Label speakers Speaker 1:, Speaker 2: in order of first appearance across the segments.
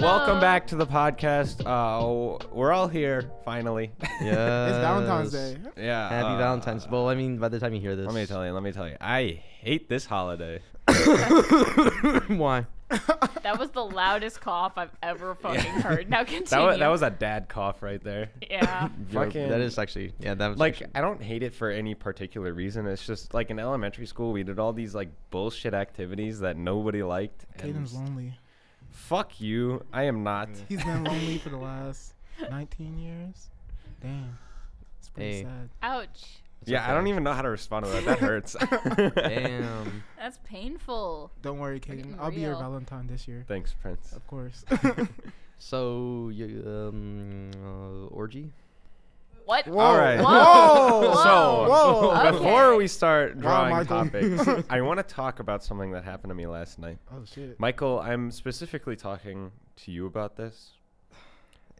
Speaker 1: Welcome back to the podcast. Uh, we're all here finally.
Speaker 2: Yeah.
Speaker 3: It's Valentine's Day.
Speaker 1: yeah.
Speaker 2: Happy
Speaker 1: uh,
Speaker 2: Valentine's. Well, I mean, by the time you hear this,
Speaker 1: Let me tell you. Let me tell you. I hate this holiday.
Speaker 2: why.
Speaker 4: That was the loudest cough I've ever fucking heard. Now continue.
Speaker 1: That was, that was a dad cough right there.
Speaker 4: yeah.
Speaker 2: You're-
Speaker 1: Fucking-
Speaker 2: That is actually yeah. That was
Speaker 1: Like
Speaker 2: actually-
Speaker 1: I don't hate it for any particular reason. It's just like in elementary school we did all these like bullshit activities that nobody liked. And
Speaker 3: Caden's lonely.
Speaker 1: fuck you. I am not.
Speaker 3: He's been lonely for the last 19 years. Damn. It's pretty
Speaker 2: Hey.
Speaker 3: sad.
Speaker 4: Ouch.
Speaker 2: it's
Speaker 1: Yeah, I
Speaker 2: okay.
Speaker 1: don't even know how to respond to that. That hurts.
Speaker 2: Damn.
Speaker 4: That's painful.
Speaker 3: Don't worry, Caden.
Speaker 4: getting
Speaker 3: I'll be your
Speaker 4: real.
Speaker 3: Valentine this year.
Speaker 1: Thanks, Prince.
Speaker 3: Of course.
Speaker 2: So you um uh, orgy?
Speaker 4: What?
Speaker 1: All right.
Speaker 4: Whoa.
Speaker 1: So,
Speaker 3: Whoa.
Speaker 4: Okay.
Speaker 1: before we start drawing
Speaker 3: Michael.
Speaker 1: topics, I want to talk about something that happened to me last night.
Speaker 3: oh, shit.
Speaker 1: Michael, I'm specifically talking to you about this.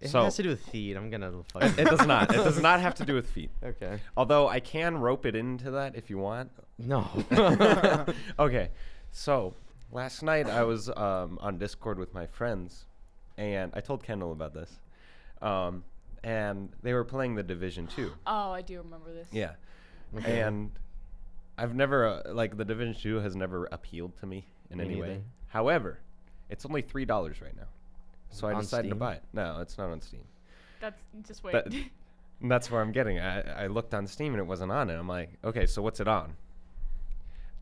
Speaker 2: It
Speaker 1: So-
Speaker 2: has to do with feet. I'm gonna
Speaker 1: It
Speaker 2: fucking.
Speaker 1: does not. It does not have to do with feet.
Speaker 2: okay.
Speaker 1: Although I can rope it into that if you want.
Speaker 2: No.
Speaker 1: okay, so last night I was um, on Discord with my friends, and I told Kendall about this, um, and they were playing The Division Two.
Speaker 4: Oh, I do remember this.
Speaker 1: Yeah, and I've never uh, like The Division Two has never appealed to me in
Speaker 2: Me
Speaker 1: any way.
Speaker 2: neither.
Speaker 1: However, it's only three dollars right now, so I
Speaker 2: On
Speaker 1: decided to
Speaker 2: Steam?
Speaker 1: buy it. No, it's not on Steam.
Speaker 4: That's just wait.
Speaker 1: But- And that's where I'm getting. I, I looked on Steam and it wasn't on it. I'm like, okay, so what's it on?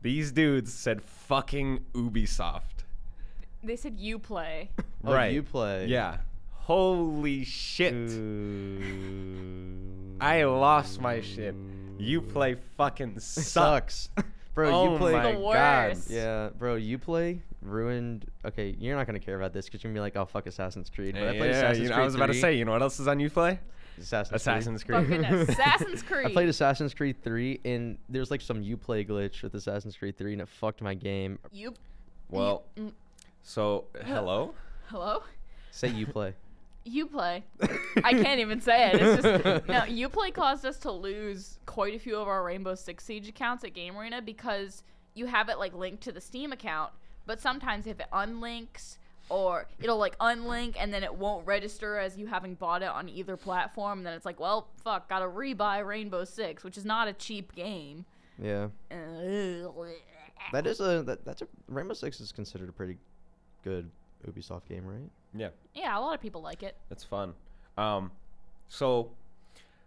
Speaker 1: These dudes said fucking Ubisoft.
Speaker 4: they said you play.
Speaker 2: Oh,
Speaker 1: right.
Speaker 2: You play.
Speaker 1: Yeah. Holy shit.
Speaker 2: Ooh.
Speaker 1: I lost my shit. You play fucking sucks.
Speaker 2: sucks, bro.
Speaker 1: oh
Speaker 2: you play.
Speaker 1: my
Speaker 4: The
Speaker 1: god.
Speaker 4: worst.
Speaker 2: Yeah, bro, you play ruined. Okay, you're not gonna care about this because you're gonna be like, "Oh fuck, Assassin's Creed." But
Speaker 1: Yeah,
Speaker 2: I played Assassin's
Speaker 1: you know,
Speaker 2: Creed
Speaker 1: I was about to
Speaker 2: 3.
Speaker 1: say, you know what else is on you play?
Speaker 2: Assassin's,
Speaker 1: Assassin's Creed.
Speaker 4: Fucking Assassin's
Speaker 2: Creed.
Speaker 4: Creed.
Speaker 2: I played Assassin's Creed 3, and there's like some you play glitch with Assassin's Creed 3, and it fucked my game.
Speaker 4: you.
Speaker 1: Well,
Speaker 4: Mm.
Speaker 1: so hello.
Speaker 4: Hello.
Speaker 2: Say you play.
Speaker 4: You play. I can't even say it. It's just no. You play caused us to lose quite a few of our Rainbow Six Siege accounts at Game Arena because you have it like linked to the Steam account, but sometimes if it unlinks or it'll like unlink and then it won't register as you having bought it on either platform, then it's like, well, fuck, gotta rebuy Rainbow Six, which is not a cheap game.
Speaker 2: Yeah,
Speaker 4: Ugh.
Speaker 2: that is a that, that's a Rainbow Six is considered a pretty good Ubisoft game, right?
Speaker 1: Yeah.
Speaker 4: Yeah, a lot of people like it.
Speaker 1: That's fun. Um, so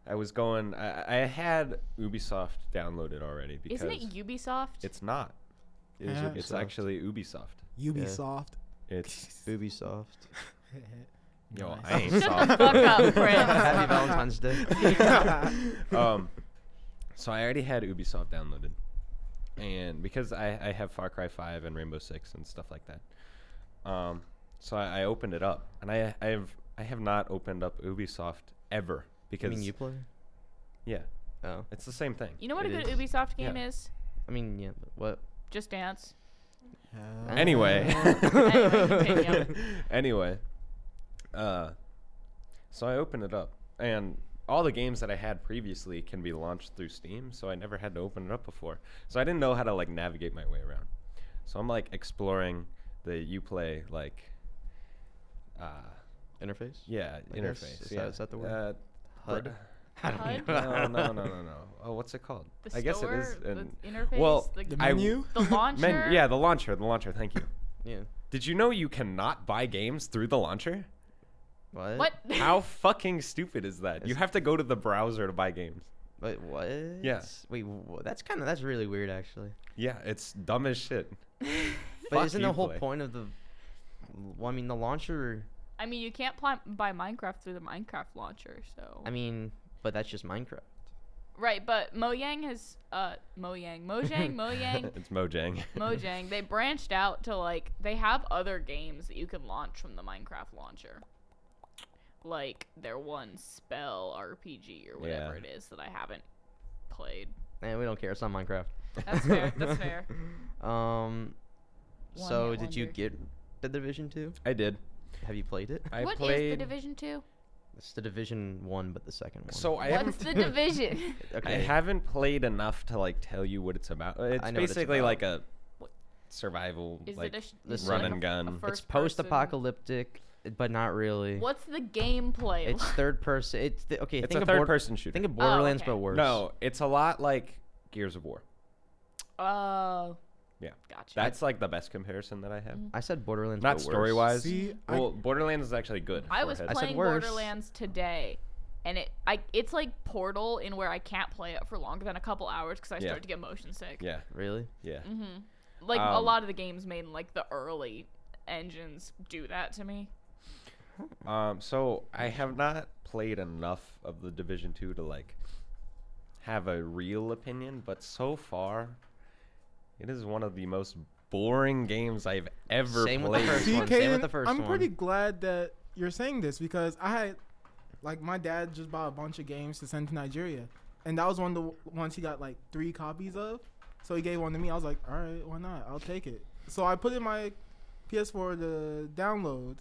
Speaker 1: I was going. I, I had Ubisoft downloaded already because
Speaker 4: Isn't it Ubisoft?
Speaker 1: it's not.
Speaker 3: It is
Speaker 2: Yeah.
Speaker 1: It's
Speaker 2: Ubisoft.
Speaker 1: actually Ubisoft.
Speaker 3: Ubisoft.
Speaker 1: It's
Speaker 2: Ubisoft.
Speaker 1: yo,
Speaker 3: Nice.
Speaker 1: I ain't
Speaker 4: Shut the
Speaker 1: soft.
Speaker 4: fuck up, Prince.
Speaker 2: Happy Valentine's Day.
Speaker 1: um, so I already had Ubisoft downloaded, and because I, I have Far Cry Five and Rainbow Six and stuff like that, um, so I, I opened it up, and I I have I have not opened up Ubisoft ever
Speaker 2: I
Speaker 1: because
Speaker 2: mean, you play.
Speaker 1: yeah,
Speaker 2: Oh,
Speaker 1: it's the same thing.
Speaker 4: You know what
Speaker 2: It
Speaker 4: a good
Speaker 2: is.
Speaker 4: Ubisoft game
Speaker 1: Yeah.
Speaker 4: is?
Speaker 2: I mean, yeah. but What?
Speaker 4: Just Dance.
Speaker 2: Ah.
Speaker 1: Anyway.
Speaker 4: Anyway, continue.
Speaker 1: anyway, uh, so I opened it up, and all the games that I had previously can be launched through Steam, so I never had to open it up before. So I didn't know how to like navigate my way around. So I'm like exploring the UPlay like, uh,
Speaker 2: Interface.
Speaker 1: yeah,
Speaker 2: I guess,
Speaker 1: interface.
Speaker 2: is that-
Speaker 1: yeah.
Speaker 2: is that the word?
Speaker 1: Uh,
Speaker 2: HUD?
Speaker 1: br-
Speaker 2: I don't
Speaker 4: HUD?
Speaker 1: no, no, no, no, no. Oh, what's it called?
Speaker 4: The
Speaker 1: I guess it
Speaker 4: store,
Speaker 1: is.
Speaker 4: the
Speaker 1: an-
Speaker 4: interface,
Speaker 1: well,
Speaker 4: the-
Speaker 3: The
Speaker 1: I-
Speaker 3: menu?
Speaker 4: the launcher.
Speaker 1: men- yeah, the launcher. The launcher. Thank you.
Speaker 2: Yeah.
Speaker 1: Did you know you cannot buy games through the launcher?
Speaker 2: What?
Speaker 4: What?
Speaker 1: How fucking stupid is that? You
Speaker 2: It's-
Speaker 1: have to go to the browser to buy games.
Speaker 2: Wait, what?
Speaker 1: Yeah.
Speaker 2: Wait, wha- that's kind of that's really weird, actually.
Speaker 1: Yeah, it's dumb as shit.
Speaker 2: But
Speaker 1: Fuck
Speaker 2: isn't the whole
Speaker 1: Uplay.
Speaker 2: point of the? Well, I mean, the launcher.
Speaker 4: I mean, you can't pl- buy Minecraft through the Minecraft launcher, so.
Speaker 2: I mean, but that's just Minecraft.
Speaker 4: right, but Mojang has. Uh, Mojang. Mojang, Mojang,
Speaker 1: It's Mojang.
Speaker 4: Mojang. They branched out to, like, they have other games that you can launch from the Minecraft launcher. Like, their one spell RPG or whatever
Speaker 1: Yeah.
Speaker 4: it is that I haven't played.
Speaker 2: And we don't care. It's not Minecraft.
Speaker 4: That's fair. That's fair.
Speaker 2: Um.
Speaker 4: One
Speaker 2: so
Speaker 4: hit
Speaker 2: did you
Speaker 4: wonder.
Speaker 2: get the Division Two?
Speaker 1: I did.
Speaker 2: Have you played it?
Speaker 1: I
Speaker 4: What is
Speaker 1: played.
Speaker 4: the Division 2?
Speaker 2: It's the Division One, but the second one.
Speaker 1: So I
Speaker 4: What's
Speaker 1: haven't.
Speaker 4: the Division?
Speaker 1: I
Speaker 2: okay.
Speaker 1: haven't played enough to like tell you what it's about. It's
Speaker 2: I know what it's
Speaker 1: basically
Speaker 2: about.
Speaker 1: like a survival
Speaker 4: Is
Speaker 1: like
Speaker 4: it a sh-
Speaker 2: this
Speaker 4: is it
Speaker 1: run
Speaker 4: like
Speaker 1: and
Speaker 4: a- a
Speaker 1: gun.
Speaker 4: first
Speaker 2: it's
Speaker 4: person?
Speaker 2: post-apocalyptic but not really.
Speaker 4: What's the gameplay?
Speaker 2: It's
Speaker 4: like?
Speaker 2: third person. It's th- okay.
Speaker 1: It's
Speaker 2: think
Speaker 1: a
Speaker 2: of
Speaker 1: third
Speaker 2: Bord-
Speaker 1: person shooter.
Speaker 2: Think of Borderlands,
Speaker 4: Oh, okay.
Speaker 2: but worse.
Speaker 1: no, it's a lot like Gears of War.
Speaker 4: Oh.
Speaker 1: Yeah.
Speaker 4: Gotcha.
Speaker 1: That's like the best comparison that I have.
Speaker 4: Mm-hmm.
Speaker 2: I said Borderlands.
Speaker 1: Not
Speaker 2: but worse.
Speaker 1: story wise.
Speaker 3: See, I-
Speaker 1: Well, Borderlands is actually good.
Speaker 4: I
Speaker 1: for
Speaker 4: was
Speaker 1: heads-
Speaker 2: said
Speaker 4: playing
Speaker 2: worse.
Speaker 4: Borderlands today, and it I it's like Portal in where I can't play it for longer than a couple hours because I
Speaker 1: Yeah.
Speaker 4: start to get motion sick.
Speaker 1: Yeah,
Speaker 2: Really?
Speaker 1: yeah.
Speaker 4: Like a
Speaker 1: Um,
Speaker 4: lot of the games made in like the early engines do that to me.
Speaker 1: Um, so I have not played enough of the Division Two to like have a real opinion, but so far, it is one of the most boring games I've ever
Speaker 2: Same with the
Speaker 1: played.
Speaker 2: first
Speaker 3: See,
Speaker 2: one. Same with
Speaker 3: Kaden,
Speaker 2: the first
Speaker 3: I'm
Speaker 2: one.
Speaker 3: pretty glad that you're saying this because I had, like, my dad just bought a bunch of games to send to Nigeria, and that was one of the w- ones he got like three copies of. So he gave one to me. I was like, all right, why not? I'll take it. So I put in my PS4 to download,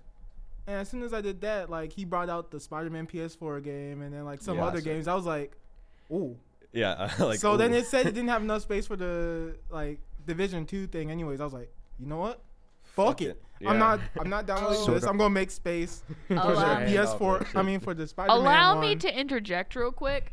Speaker 3: and as soon as I did that, like, he brought out the Spider-Man PS4 game, and then like some
Speaker 1: Yeah,
Speaker 3: other
Speaker 1: so-
Speaker 3: games. I was like, ooh.
Speaker 1: Yeah, like
Speaker 3: so then
Speaker 1: ooh.
Speaker 3: it said it didn't have enough space for the like Division Two thing. Anyways, I was like, you know what? Fuck,
Speaker 1: Fuck
Speaker 3: it.
Speaker 1: it.
Speaker 3: I'm
Speaker 1: Yeah.
Speaker 3: not. I'm not downloading
Speaker 2: So
Speaker 3: this.
Speaker 2: the-
Speaker 3: I'm gonna make space for the
Speaker 4: Allow-
Speaker 1: Right.
Speaker 3: PS4. I mean, for the Spider-Man
Speaker 4: Allow
Speaker 3: one.
Speaker 4: me to interject real quick.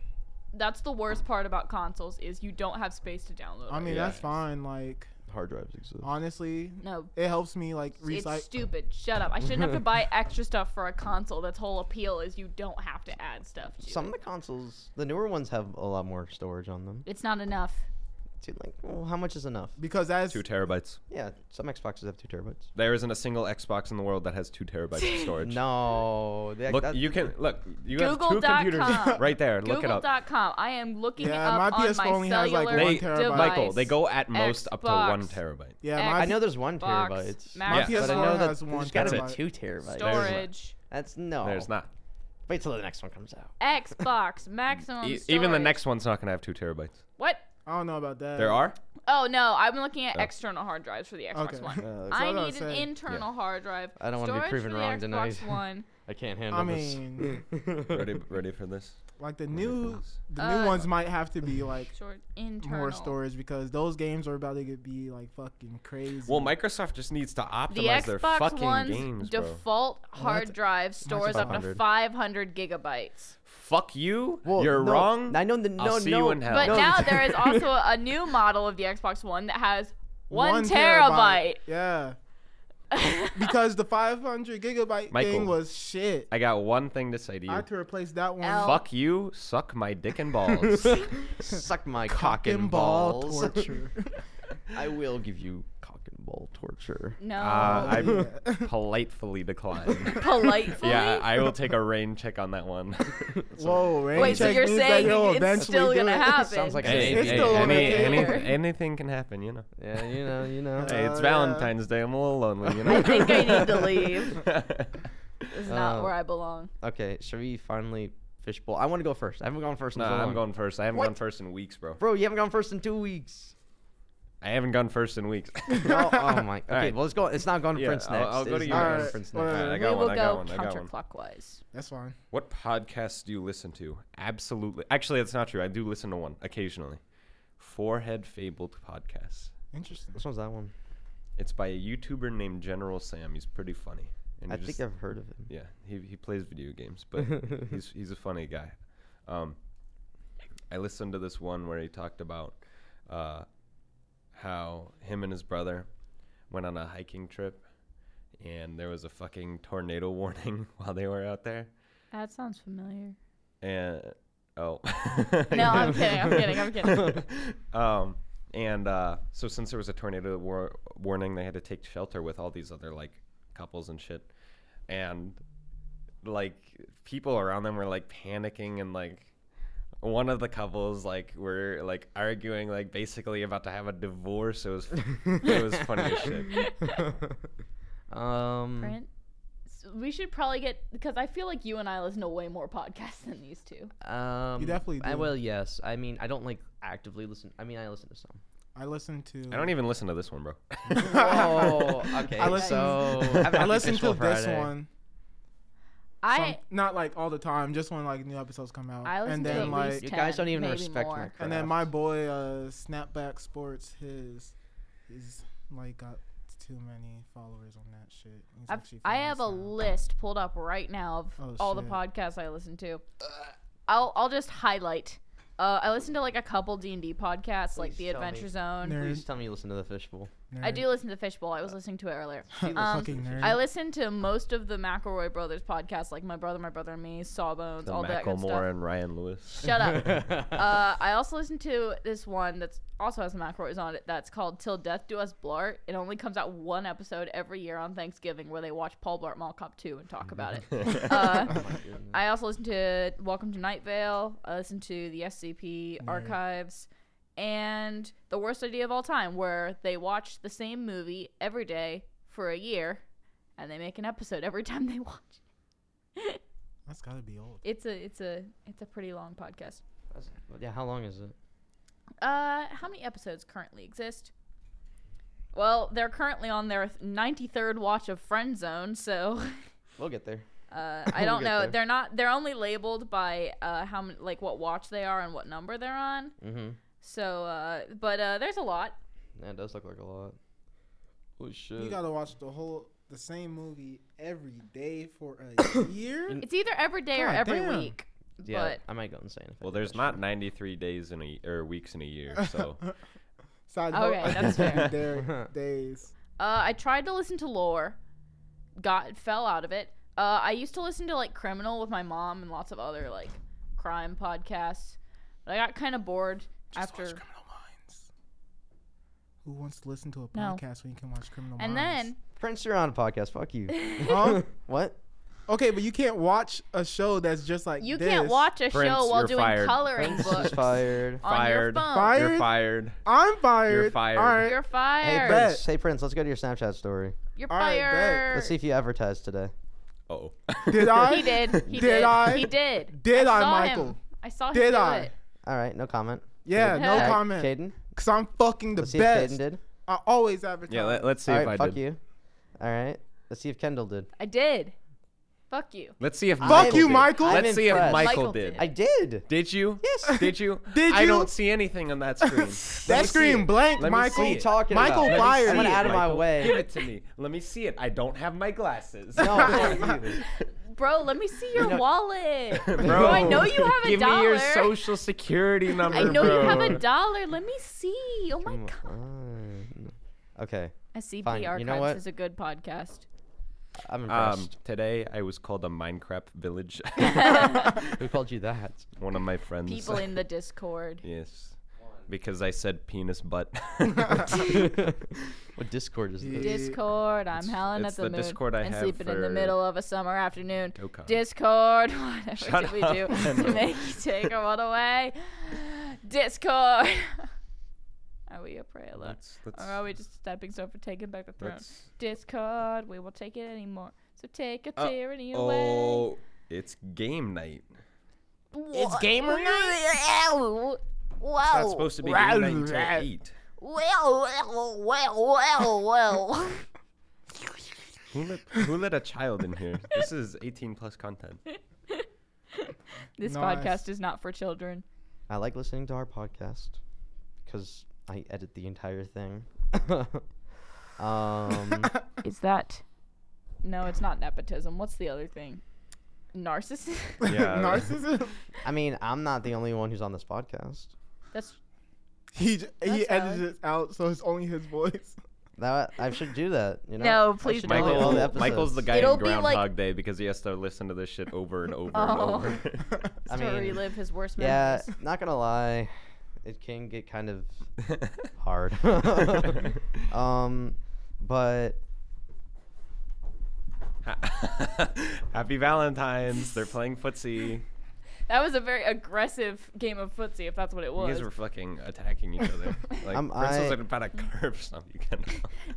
Speaker 4: That's the worst part about consoles is you don't have space to download.
Speaker 3: I
Speaker 4: it.
Speaker 3: mean,
Speaker 1: Yeah.
Speaker 3: that's fine. Like,
Speaker 2: Hard drives exist.
Speaker 3: honestly,
Speaker 4: no,
Speaker 3: it helps me like
Speaker 4: it's
Speaker 3: recycle.
Speaker 4: stupid. Shut up. I shouldn't have to buy extra stuff for a console. That's whole appeal is you don't have to add stuff to
Speaker 2: Some of
Speaker 4: it.
Speaker 2: the consoles, the newer ones have a lot more storage on them.
Speaker 4: It's not enough.
Speaker 2: Dude, like, well, how much is enough?
Speaker 3: Because that's
Speaker 1: two terabytes.
Speaker 2: Yeah, some Xboxes have two terabytes.
Speaker 1: There isn't a single Xbox in the world that has two terabytes of storage.
Speaker 2: No, they,
Speaker 1: Look,
Speaker 2: that-
Speaker 1: you can look. You have two
Speaker 4: Google.com.
Speaker 1: computers right there. Look it up.
Speaker 4: Google.com. I am looking
Speaker 3: Yeah,
Speaker 4: up
Speaker 3: my
Speaker 4: on
Speaker 3: PS4
Speaker 4: my
Speaker 3: only has, like,
Speaker 4: cellular
Speaker 3: one
Speaker 1: They,
Speaker 3: terabyte.
Speaker 4: device.
Speaker 1: Michael, they go at most up to one
Speaker 4: Xbox.
Speaker 1: terabyte.
Speaker 3: yeah.
Speaker 2: I
Speaker 3: My,
Speaker 2: know there's one
Speaker 4: Xbox,
Speaker 2: terabyte.
Speaker 4: Mac.
Speaker 2: but I
Speaker 3: PS4
Speaker 2: know that
Speaker 3: has one
Speaker 2: there's gotta
Speaker 3: terabyte.
Speaker 2: be two terabytes.
Speaker 4: storage.
Speaker 2: That's no.
Speaker 1: There's not.
Speaker 2: Wait till the next one comes out.
Speaker 4: Xbox maximum.
Speaker 1: E-
Speaker 4: storage.
Speaker 1: even the next one's not gonna have two terabytes.
Speaker 4: What?
Speaker 3: I don't know about that.
Speaker 2: Uh,
Speaker 1: There are.
Speaker 4: Oh no, I'm looking at
Speaker 1: Oh.
Speaker 4: external hard drives for the Xbox
Speaker 3: Okay.
Speaker 4: One.
Speaker 2: Uh,
Speaker 3: I
Speaker 4: I
Speaker 3: was
Speaker 4: need an
Speaker 3: gonna say.
Speaker 4: internal hard drive.
Speaker 2: I don't wanna be
Speaker 4: storage
Speaker 2: proven
Speaker 4: for the
Speaker 2: wrong tonight.
Speaker 4: Xbox One.
Speaker 2: I can't handle
Speaker 3: I mean,
Speaker 1: Ready, ready for this?
Speaker 3: like the
Speaker 1: Ready for
Speaker 3: new,
Speaker 1: this?
Speaker 3: the
Speaker 4: Uh,
Speaker 3: new ones might have to be like
Speaker 4: Short internal.
Speaker 3: more storage because those games are about to get be like fucking crazy.
Speaker 1: Well, Microsoft just needs to optimize
Speaker 4: The
Speaker 1: their
Speaker 4: Xbox
Speaker 1: fucking
Speaker 4: One's
Speaker 1: games, bro.
Speaker 4: default hard
Speaker 3: that's-
Speaker 4: drive stores up to
Speaker 2: 500.
Speaker 4: 500 gigabytes.
Speaker 1: Fuck you.
Speaker 2: Well,
Speaker 1: You're
Speaker 2: no,
Speaker 1: wrong.
Speaker 2: I know the no
Speaker 1: I'll see you
Speaker 2: no.
Speaker 1: in hell.
Speaker 4: But
Speaker 1: No,
Speaker 4: now there is also a new model of the Xbox One that has one,
Speaker 3: terabyte.
Speaker 4: terabyte.
Speaker 3: Yeah. because the 500 gigabyte
Speaker 1: Michael.
Speaker 3: thing was shit.
Speaker 1: I got one thing to say to you.
Speaker 3: I had to replace that one.
Speaker 4: Ow.
Speaker 1: Fuck you. Suck my dick and balls.
Speaker 2: Suck my cock and
Speaker 3: ball
Speaker 2: balls.
Speaker 3: torture.
Speaker 2: I will give you cock and ball torture.
Speaker 4: No,
Speaker 1: Uh, I
Speaker 3: Yeah.
Speaker 1: politely decline.
Speaker 4: politely.
Speaker 1: yeah, I will take a rain check on that one.
Speaker 3: Whoa, rain
Speaker 4: Wait, so
Speaker 3: check
Speaker 4: you're
Speaker 3: means that
Speaker 4: saying
Speaker 3: you'll
Speaker 4: it's
Speaker 3: eventually
Speaker 4: still
Speaker 3: do
Speaker 4: gonna
Speaker 3: it.
Speaker 4: happen?
Speaker 2: Sounds like
Speaker 1: Hey,
Speaker 2: an
Speaker 3: It's
Speaker 1: hey,
Speaker 3: still on
Speaker 1: any-
Speaker 3: the
Speaker 1: any-
Speaker 3: table.
Speaker 1: anything can happen, you know.
Speaker 2: Yeah, you know, you know.
Speaker 1: Hey, it's
Speaker 3: Uh, yeah.
Speaker 1: Valentine's Day. I'm a little lonely, you know.
Speaker 4: I think I need to leave. This is not
Speaker 1: Oh.
Speaker 2: Uh,
Speaker 4: where I belong.
Speaker 2: Okay, should we finally fishbowl? I want to go first. I haven't gone first in
Speaker 1: no,
Speaker 2: so
Speaker 1: I'm
Speaker 2: long.
Speaker 1: going first. I haven't
Speaker 2: What?
Speaker 1: gone first in weeks, bro.
Speaker 2: Bro, you haven't gone first in two weeks.
Speaker 1: I haven't gone first in weeks.
Speaker 2: No,
Speaker 3: um,
Speaker 2: oh my. Okay,
Speaker 1: right.
Speaker 2: well let's go. It's not gone
Speaker 1: Yeah,
Speaker 2: Prince
Speaker 1: I'll-
Speaker 2: next.
Speaker 1: I'll go
Speaker 2: It's
Speaker 1: to you
Speaker 2: not
Speaker 3: next.
Speaker 2: gone Prince
Speaker 3: All
Speaker 2: next.
Speaker 3: right,
Speaker 1: Alright, I
Speaker 4: we
Speaker 1: got
Speaker 4: will
Speaker 1: one. I got
Speaker 4: go
Speaker 1: one. I got one.
Speaker 4: counterclockwise.
Speaker 3: That's fine.
Speaker 1: What podcasts do you listen to? Absolutely. Actually, that's not true. I do listen to one occasionally. Forehead Fabled Podcast.
Speaker 3: Interesting.
Speaker 2: Which one's that one?
Speaker 1: It's by a YouTuber named General Sam. He's pretty funny. And
Speaker 2: I
Speaker 1: he
Speaker 2: think
Speaker 1: just-
Speaker 2: I've heard of him.
Speaker 1: yeah, he, he plays video games, but he's he's a funny guy. Um, I listened to this one where he talked about uh, how him and his brother went on a hiking trip, and there was a fucking tornado warning while they were out there.
Speaker 4: That sounds familiar.
Speaker 1: And oh,
Speaker 4: No, I'm kidding. I'm kidding. I'm kidding.
Speaker 1: um, and uh, so since there was a tornado war- warning, they had to take shelter with all these other like couples and shit, and like people around them were like panicking and like one of the couples like were like arguing like basically about to have a divorce. It was it was funny as shit.
Speaker 2: um,
Speaker 4: Print. So we should probably get because I feel like you and I listen to way more podcasts than these two.
Speaker 2: um,
Speaker 3: definitely
Speaker 2: I,
Speaker 3: do.
Speaker 2: well, yes. I mean, I don't like actively listen. I mean, I listen to some.
Speaker 3: I listened to.
Speaker 1: I don't even listen to this one, bro.
Speaker 2: Oh, okay.
Speaker 3: I listen-
Speaker 2: so
Speaker 3: I listened to this one.
Speaker 4: I
Speaker 3: some- not like all the time, just when like new episodes come out.
Speaker 4: I listen
Speaker 3: and
Speaker 4: to
Speaker 3: then
Speaker 4: at
Speaker 3: like,
Speaker 4: least
Speaker 2: You guys
Speaker 4: 10,
Speaker 2: don't even
Speaker 4: maybe
Speaker 2: respect
Speaker 4: more.
Speaker 2: my
Speaker 3: and then my boy uh, Snapback Sports, his, his like got too many followers on that shit. He's
Speaker 4: I've,
Speaker 3: actually
Speaker 4: I
Speaker 3: famous
Speaker 4: have a
Speaker 3: now.
Speaker 4: list pulled up right now of
Speaker 3: Oh,
Speaker 4: all the
Speaker 3: shit.
Speaker 4: podcasts I listen to. I'll I'll just highlight. Uh, I listen to like a couple D and D podcasts, like
Speaker 2: Please
Speaker 4: The
Speaker 2: tell me.
Speaker 4: Adventure Zone.
Speaker 3: Nerd.
Speaker 2: Please tell me you listen to the fishbowl.
Speaker 4: I
Speaker 3: Nerd.
Speaker 4: do listen to Fishbowl. I was listening to it earlier.
Speaker 3: She's a
Speaker 4: Um,
Speaker 3: fucking nerd.
Speaker 4: I listen to most of the McElroy brothers podcasts, like My Brother, My Brother and Me, Sawbones,
Speaker 1: The
Speaker 4: all that good
Speaker 1: Macklemore
Speaker 4: stuff.
Speaker 1: and Ryan Lewis.
Speaker 4: Shut up. uh, I also listen to this one that's also has the McElroys on it. That's called Till Death Do Us Blart. It only comes out one episode every year on Thanksgiving, where they watch Paul Blart Mall Cop Two and talk about it. uh, I also listen to Welcome to Night Vale. I listen to the SCP archives and The Worst Idea of All Time, where they watch the same movie every day for a year and they make an episode every time they watch.
Speaker 3: That's gotta be old.
Speaker 4: It's a it's a it's a pretty long podcast.
Speaker 2: That's- yeah, how long is it?
Speaker 4: Uh how many episodes currently exist? Well, they're currently on their 93rd watch of Friend Zone, so
Speaker 2: We'll get there.
Speaker 4: Uh, I
Speaker 2: We'll
Speaker 4: don't
Speaker 2: get
Speaker 4: know.
Speaker 2: there.
Speaker 4: They're not. They're only labeled by uh, how many, like what watch they are and what number they're on.
Speaker 2: Mm-hmm.
Speaker 4: So, uh, but uh, there's a lot.
Speaker 2: That does look like a lot. Holy shit.
Speaker 3: You gotta watch the whole the same movie every day for a year.
Speaker 2: In-
Speaker 4: It's either every day or
Speaker 3: God
Speaker 4: every
Speaker 3: damn.
Speaker 4: week.
Speaker 2: yeah,
Speaker 4: but-
Speaker 2: I might go insane. If I
Speaker 1: Well,
Speaker 2: do
Speaker 1: there's
Speaker 2: that
Speaker 1: not 93 days in a or weeks in a year, so
Speaker 3: Side
Speaker 4: Okay,
Speaker 3: note,
Speaker 4: that's fair.
Speaker 3: Their days.
Speaker 4: Uh, I tried to listen to lore, got fell out of it. Uh, I used to listen to like criminal with my mom and lots of other like crime podcasts, but I got kind of bored
Speaker 3: Just watch
Speaker 4: after.
Speaker 3: Criminal Minds. Who wants to listen to a
Speaker 4: No.
Speaker 3: podcast when you can watch Criminal
Speaker 4: And
Speaker 3: Minds?
Speaker 4: then
Speaker 2: shit. Prince, you're on a podcast. Fuck you.
Speaker 3: Huh?
Speaker 2: what?
Speaker 3: okay, but you can't watch a show that's just like
Speaker 4: you
Speaker 3: this.
Speaker 4: can't watch a
Speaker 1: Prince,
Speaker 4: show while
Speaker 1: you're
Speaker 4: doing
Speaker 1: fired.
Speaker 4: coloring
Speaker 2: Prince is
Speaker 4: books
Speaker 2: fired.
Speaker 4: on your
Speaker 1: Fired.
Speaker 4: phone.
Speaker 3: Fired.
Speaker 1: you're fired.
Speaker 3: I'm fired.
Speaker 1: You're fired.
Speaker 3: All right.
Speaker 4: You're
Speaker 2: Hey
Speaker 4: fired.
Speaker 3: bet.
Speaker 2: Prince, hey Prince, let's go to your Snapchat story.
Speaker 4: You're
Speaker 3: All right, bet.
Speaker 4: fired.
Speaker 2: Let's see if you advertised today.
Speaker 1: Oh,
Speaker 3: Did I?
Speaker 4: He did. He
Speaker 3: Did
Speaker 4: did.
Speaker 3: I?
Speaker 4: He did.
Speaker 3: Did I,
Speaker 4: saw
Speaker 3: Michael?
Speaker 4: Him. I saw him.
Speaker 3: Did
Speaker 4: do
Speaker 3: I?
Speaker 4: It.
Speaker 2: All right, no comment.
Speaker 3: Yeah,
Speaker 2: Caden,
Speaker 3: no
Speaker 2: all right,
Speaker 3: comment.
Speaker 2: Caden,
Speaker 3: Cause I'm fucking the
Speaker 2: let's see if Caden
Speaker 3: best.
Speaker 2: did.
Speaker 3: I always advertise.
Speaker 1: yeah. Let, us see
Speaker 2: all
Speaker 1: if
Speaker 2: right,
Speaker 1: I
Speaker 2: fuck
Speaker 1: did.
Speaker 2: you. All right, let's see if Kendall did.
Speaker 4: I did. Fuck you.
Speaker 1: Let's see if
Speaker 2: I'm-
Speaker 1: Michael
Speaker 3: you,
Speaker 1: did.
Speaker 3: Michael.
Speaker 1: Let's
Speaker 2: I'm
Speaker 1: see if
Speaker 2: impressed.
Speaker 1: Michael,
Speaker 4: Michael
Speaker 1: did.
Speaker 4: did.
Speaker 2: I did.
Speaker 1: Did you?
Speaker 2: Yes.
Speaker 1: Did you?
Speaker 3: Did
Speaker 1: I
Speaker 3: you?
Speaker 1: don't see anything on that screen. Let
Speaker 3: that
Speaker 1: me see
Speaker 3: screen
Speaker 1: it.
Speaker 3: blank,
Speaker 1: Let me
Speaker 2: What are
Speaker 1: see
Speaker 3: Michael.
Speaker 2: you
Speaker 1: it.
Speaker 2: talking about?
Speaker 3: Michael
Speaker 1: Let me
Speaker 3: fired.
Speaker 1: see
Speaker 2: I went
Speaker 1: it,
Speaker 2: out of my
Speaker 1: Michael.
Speaker 2: way.
Speaker 1: Give it to me. Let me see it. I don't have my glasses.
Speaker 2: No, I can't do this.
Speaker 4: Bro, let me see your
Speaker 2: know-
Speaker 4: wallet.
Speaker 1: bro.
Speaker 4: I know you have a
Speaker 1: Give me your
Speaker 4: dollar.
Speaker 1: social security number.
Speaker 4: I know
Speaker 1: bro. Um,
Speaker 4: you have a dollar. Let me see. Oh my
Speaker 2: Come
Speaker 4: god.
Speaker 2: on. Okay,
Speaker 4: SCP
Speaker 2: Fine, you
Speaker 4: Archives
Speaker 2: know what?
Speaker 4: is a good podcast.
Speaker 2: I'm impressed.
Speaker 1: Um, today I was called a Minecraft village.
Speaker 2: Who called you that?
Speaker 1: One of my friends.
Speaker 4: People in the Discord.
Speaker 1: Yes. Because I said penis butt.
Speaker 2: what Discord is this?
Speaker 4: Discord. I'm howling
Speaker 1: it's
Speaker 4: at the,
Speaker 1: the
Speaker 4: moon
Speaker 1: Discord I
Speaker 4: and
Speaker 1: have
Speaker 4: sleeping in the
Speaker 1: for
Speaker 4: middle of a summer afternoon.
Speaker 1: Dokkan.
Speaker 4: Discord. Whatever
Speaker 1: Shut
Speaker 4: did we
Speaker 1: up,
Speaker 4: do
Speaker 1: Kendall.
Speaker 4: to make you take our one away? Discord. are we a prey alert?
Speaker 1: Let's- let's-
Speaker 4: Or are we just a stepping stone for taking back the throne?
Speaker 1: let's-
Speaker 4: Discord. We won't take it anymore. So take your
Speaker 1: Uh,
Speaker 4: tyranny away.
Speaker 1: oh, it's game night.
Speaker 4: It's gamer night.
Speaker 1: It's not
Speaker 4: Wow.
Speaker 1: supposed to be game night until
Speaker 3: Wow.
Speaker 1: eight.
Speaker 4: Well, well, well, well, well.
Speaker 1: Who let, who let a child in here? This is 18 plus content.
Speaker 4: This
Speaker 3: Nice.
Speaker 4: podcast is not for children.
Speaker 2: I like listening to our podcast because I edit the entire thing. um,
Speaker 4: Is that? No, it's not nepotism. What's the other thing? Narcissism.
Speaker 1: Yeah. uh,
Speaker 3: Narcissism.
Speaker 2: I mean, I'm not the only one who's on this podcast.
Speaker 4: That's
Speaker 3: He j- he
Speaker 4: That's
Speaker 3: edits
Speaker 4: valid.
Speaker 3: it out, so it's only his voice.
Speaker 2: That I should do that. You know.
Speaker 4: No,
Speaker 2: I
Speaker 4: please
Speaker 2: should
Speaker 4: don't.
Speaker 2: edit all
Speaker 1: Michael,
Speaker 2: the
Speaker 1: Michael's the
Speaker 2: episodes.
Speaker 1: guy
Speaker 4: It'll
Speaker 1: in
Speaker 4: be like-
Speaker 1: Groundhog Day because he has to listen to this shit over and over
Speaker 4: Oh.
Speaker 1: and over.
Speaker 2: I
Speaker 4: to
Speaker 2: mean,
Speaker 4: relive his worst
Speaker 2: Yeah,
Speaker 4: memories.
Speaker 2: not gonna lie, it can get kind of hard. um, but
Speaker 1: Ha- Happy Valentine's. They're playing footsie.
Speaker 4: That was a very aggressive game of footsie, if that's what it
Speaker 1: You
Speaker 4: was.
Speaker 1: guys were fucking attacking each other. Like,
Speaker 2: Um,
Speaker 1: Prince was
Speaker 2: I-
Speaker 1: about to curve something.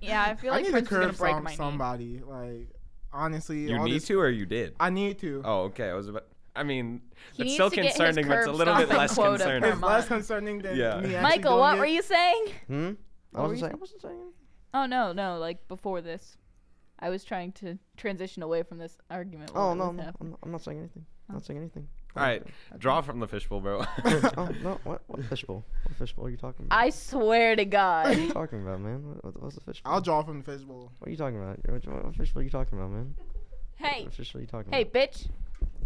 Speaker 4: yeah, I feel
Speaker 3: I
Speaker 4: like
Speaker 3: need to
Speaker 4: Prince is gonna
Speaker 3: curb
Speaker 4: break
Speaker 3: some,
Speaker 4: my knee.
Speaker 3: somebody. Like honestly,
Speaker 1: You
Speaker 3: all
Speaker 1: need
Speaker 3: this,
Speaker 1: to, or you did?
Speaker 3: I need to.
Speaker 1: Oh, okay. I was about. I mean,
Speaker 4: He
Speaker 1: it's
Speaker 4: needs
Speaker 1: still
Speaker 4: to get his
Speaker 1: concerning, but it's a
Speaker 4: curb
Speaker 1: little bit
Speaker 4: stomping
Speaker 1: less
Speaker 4: quota per
Speaker 1: concerning.
Speaker 3: it's less
Speaker 4: month.
Speaker 3: concerning than
Speaker 1: Yeah.
Speaker 3: me. actually
Speaker 4: Michael,
Speaker 3: doing
Speaker 4: what
Speaker 3: it.
Speaker 4: were you saying?
Speaker 2: hmm, I
Speaker 4: What were
Speaker 2: wasn't
Speaker 4: you
Speaker 2: saying. I
Speaker 4: saying?
Speaker 2: wasn't saying.
Speaker 4: Oh no, no, like before this, I was trying to transition away from this argument. while
Speaker 2: Oh
Speaker 4: it
Speaker 2: no,
Speaker 4: was
Speaker 2: no,
Speaker 4: happening.
Speaker 2: I'm, I'm not saying anything. Not saying anything.
Speaker 1: All
Speaker 4: Oh.
Speaker 1: right, draw from the fishbowl, bro.
Speaker 2: oh no! What, what fishbowl? What fishbowl are you talking about?
Speaker 4: I swear to
Speaker 2: What are
Speaker 4: God.
Speaker 2: you talking about, man? What- What, what's the fishbowl?
Speaker 3: I'll draw from the fishbowl.
Speaker 2: What are you talking about? What, what, what fishbowl are you talking about, man?
Speaker 4: hey,
Speaker 2: What fishbowl are you talking
Speaker 4: hey,
Speaker 2: about?
Speaker 4: bitch.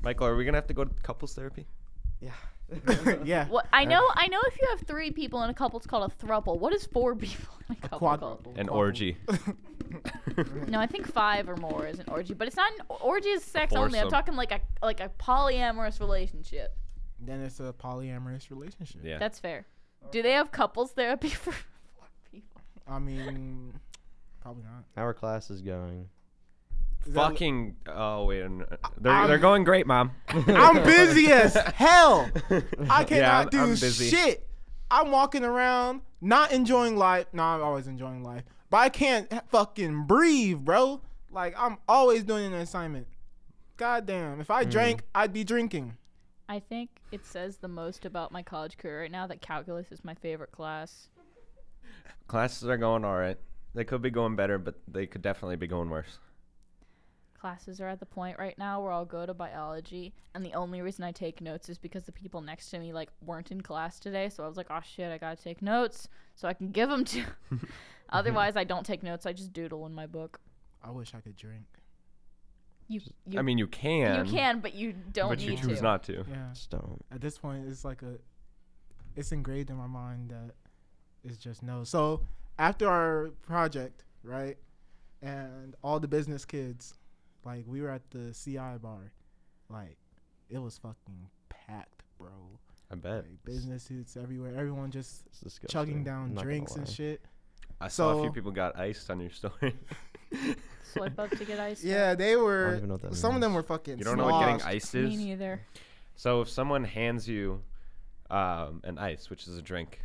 Speaker 1: Michael, are we gonna have to go to couples therapy?
Speaker 2: Yeah.
Speaker 3: yeah.
Speaker 4: What I know, I know. If you have three people in a couple, it's called a thruple. What is four people in a couple? called?
Speaker 3: Quadruple.
Speaker 1: An orgy.
Speaker 4: No, I think five or more is an orgy, but it's not an orgy is sex only. I'm
Speaker 1: foursome.
Speaker 4: talking like a like a polyamorous relationship.
Speaker 3: then it's a polyamorous relationship.
Speaker 1: yeah.
Speaker 4: That's fair. Do they have couples therapy for four people?
Speaker 3: I mean, probably not.
Speaker 2: How are classes going?
Speaker 3: Is that-
Speaker 1: Fucking. Oh wait, n- they're
Speaker 3: I'm-
Speaker 1: they're going great, mom.
Speaker 3: I'm busy as hell. I cannot
Speaker 1: I'm-
Speaker 3: do
Speaker 1: I'm busy.
Speaker 3: shit. I'm walking around not enjoying life. No, I'm always enjoying life, but I can't h- fucking breathe, bro. Like I'm always doing an assignment. God damn. If
Speaker 1: Mm.
Speaker 3: I drank, I'd be drinking.
Speaker 4: I think it says the most about my college career right now that calculus is my favorite class.
Speaker 1: Classes are going all right. They could be going better, but they could definitely be going worse.
Speaker 4: Classes are at the point right now where I'll go to biology, and the only reason I take notes is because the people next to me like weren't in class today, so I was like, "Oh shit, I gotta take notes so I can give them to." Otherwise, I don't take notes. I just doodle in my book.
Speaker 3: I wish I could drink.
Speaker 4: You, you,
Speaker 1: I mean, you can.
Speaker 4: you can, but you don't
Speaker 1: But
Speaker 4: need
Speaker 1: you choose
Speaker 4: to.
Speaker 1: not to.
Speaker 3: Yeah.
Speaker 2: Just don't.
Speaker 3: At this point, it's like a, it's engraved in my mind that it's just no. So after our project, right, and all the business kids, like we were at the CI bar, like it was fucking packed, bro.
Speaker 1: I bet.
Speaker 3: Like business suits everywhere. Everyone just
Speaker 2: It's disgusting.
Speaker 3: chugging down
Speaker 2: I'm not gonna
Speaker 3: drinks and
Speaker 2: lie.
Speaker 3: shit.
Speaker 1: I saw a few
Speaker 3: So-
Speaker 1: people got iced on your story.
Speaker 4: Swipe up to get ice.
Speaker 3: Yeah, they
Speaker 2: I
Speaker 3: were.
Speaker 2: don't even know what that
Speaker 3: Some of them
Speaker 2: means.
Speaker 3: were fucking.
Speaker 1: You don't know what getting
Speaker 3: sloshed.
Speaker 1: iced
Speaker 4: Me
Speaker 1: is?
Speaker 4: neither.
Speaker 1: So if someone hands you um, an ice, which is a drink,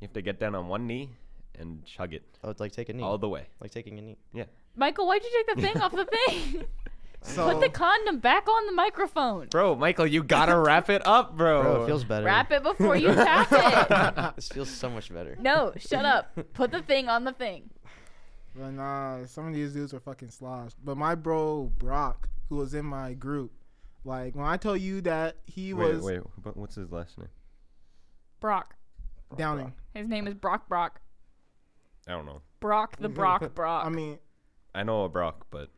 Speaker 1: you have to get down on one knee and chug it
Speaker 2: Oh, it's like take a knee.
Speaker 1: all the way.
Speaker 2: like taking a knee.
Speaker 4: Michael, why'd you take the thing off the thing?
Speaker 3: So
Speaker 4: Put the condom back on the microphone.
Speaker 1: Bro, Michael, you gotta wrap it up,
Speaker 3: Oh.
Speaker 1: bro.
Speaker 2: Bro, it feels better.
Speaker 4: Wrap it before you tap it.
Speaker 2: This feels so much better.
Speaker 4: No, shut up. Put the thing on the thing.
Speaker 3: But nah, some of these dudes were fucking sloshed. But my bro Brock, who was in my group, like when I tell you that he
Speaker 1: wait,
Speaker 3: was
Speaker 1: wait, but what's his last name?
Speaker 4: Brock.
Speaker 3: downing.
Speaker 4: His name is Brock Brock.
Speaker 1: I don't know.
Speaker 4: Brock the Brock Brock.
Speaker 3: I mean,
Speaker 1: I know a Brock, but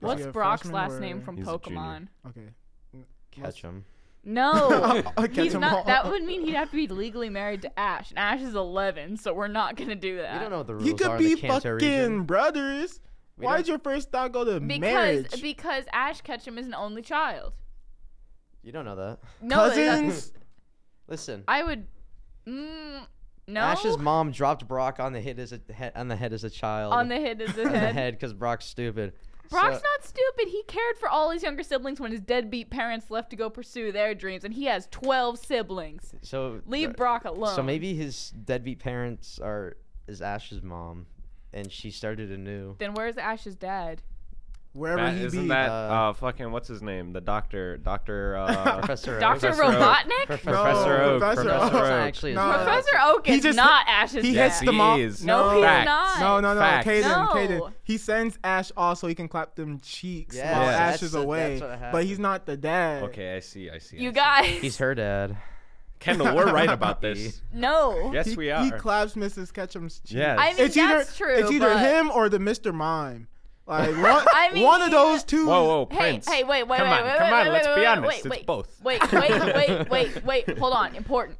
Speaker 4: What's
Speaker 3: he a
Speaker 4: Brock's
Speaker 3: freshman
Speaker 4: last
Speaker 3: or-
Speaker 4: name from
Speaker 1: He's a junior.
Speaker 4: Pokemon?
Speaker 3: okay.
Speaker 2: Catch him.
Speaker 4: No.
Speaker 3: I
Speaker 4: He's not, that would mean he'd have to be legally married to Ash, and Ash is 11, so we're not gonna do that.
Speaker 2: You don't know what the rules
Speaker 3: You
Speaker 2: are
Speaker 3: could
Speaker 2: in
Speaker 3: be
Speaker 2: the Kanto
Speaker 3: fucking
Speaker 2: region.
Speaker 3: brothers.
Speaker 2: We
Speaker 3: Why'd
Speaker 2: don't-
Speaker 3: your first thought go to
Speaker 4: because
Speaker 3: marriage?
Speaker 4: because Ash Ketchum is an only child.
Speaker 2: You don't know that.
Speaker 4: No, it-
Speaker 3: Cousins?
Speaker 2: Listen,
Speaker 4: I would. Mm, no.
Speaker 2: Ash's mom dropped Brock on the head as a he- on the head as a child.
Speaker 4: on the head of the
Speaker 2: on the
Speaker 4: head.
Speaker 2: head because Brock's stupid.
Speaker 4: Brock's
Speaker 2: So-
Speaker 4: not stupid. He cared for all his younger siblings when his deadbeat parents left to go pursue their dreams, and he has 12 siblings.
Speaker 2: So
Speaker 4: Leave
Speaker 2: uh,
Speaker 4: Brock alone.
Speaker 2: So maybe his deadbeat parents are is Ash's mom, and she started anew.
Speaker 4: Then where's Ash's dad?
Speaker 3: Wherever
Speaker 1: that,
Speaker 3: he
Speaker 1: isn't
Speaker 3: be.
Speaker 1: that uh,
Speaker 2: Uh,
Speaker 1: fucking what's his name? The doctor, doctor, uh,
Speaker 2: Professor Oak.
Speaker 4: Dr.
Speaker 1: Professor Oak.
Speaker 4: Robotnik?
Speaker 1: Professor
Speaker 3: No,
Speaker 1: Oak.
Speaker 3: Professor
Speaker 1: Professor
Speaker 2: That's
Speaker 1: Oak.
Speaker 3: Oak.
Speaker 2: not actually his
Speaker 3: No.
Speaker 2: dad.
Speaker 4: Professor Oak
Speaker 3: He
Speaker 4: is
Speaker 3: just-
Speaker 4: not Ash's
Speaker 3: he
Speaker 4: dad.
Speaker 3: hits the mom.
Speaker 1: is.
Speaker 4: No, he's
Speaker 1: Facts.
Speaker 4: not.
Speaker 3: No, no, no,
Speaker 1: Facts.
Speaker 3: Caden,
Speaker 4: No.
Speaker 3: Caden. He sends Ash off so he can clap them cheeks
Speaker 2: Yes,
Speaker 3: while
Speaker 1: that's-
Speaker 3: Ash is
Speaker 2: that's
Speaker 3: away.
Speaker 2: what happened.
Speaker 3: But he's not the dad.
Speaker 1: Okay, I see, I see. I
Speaker 4: You
Speaker 1: see.
Speaker 4: guys.
Speaker 2: He's her dad.
Speaker 1: Kendall, we're right about this.
Speaker 4: No.
Speaker 1: Yes,
Speaker 3: he,
Speaker 1: we are.
Speaker 3: He claps Mrs. Ketchum's cheeks.
Speaker 1: Yes.
Speaker 4: I mean,
Speaker 3: it's
Speaker 4: that's
Speaker 3: either
Speaker 4: true.
Speaker 3: it's either
Speaker 4: but-
Speaker 3: him or the Mr. Mime. Like one,
Speaker 4: I mean,
Speaker 3: one of
Speaker 4: yeah.
Speaker 3: those two.
Speaker 1: whoa, whoa,
Speaker 4: Hey,
Speaker 1: Prince.
Speaker 4: hey, wait, wait,
Speaker 1: come
Speaker 4: wait,
Speaker 1: on,
Speaker 4: wait,
Speaker 1: come
Speaker 4: wait,
Speaker 1: on.
Speaker 4: wait,
Speaker 1: let's
Speaker 4: wait,
Speaker 1: be
Speaker 4: wait,
Speaker 1: honest.
Speaker 4: wait,
Speaker 1: it's
Speaker 4: wait.
Speaker 1: both.
Speaker 4: Wait, wait, wait, wait, wait. Hold on. Important.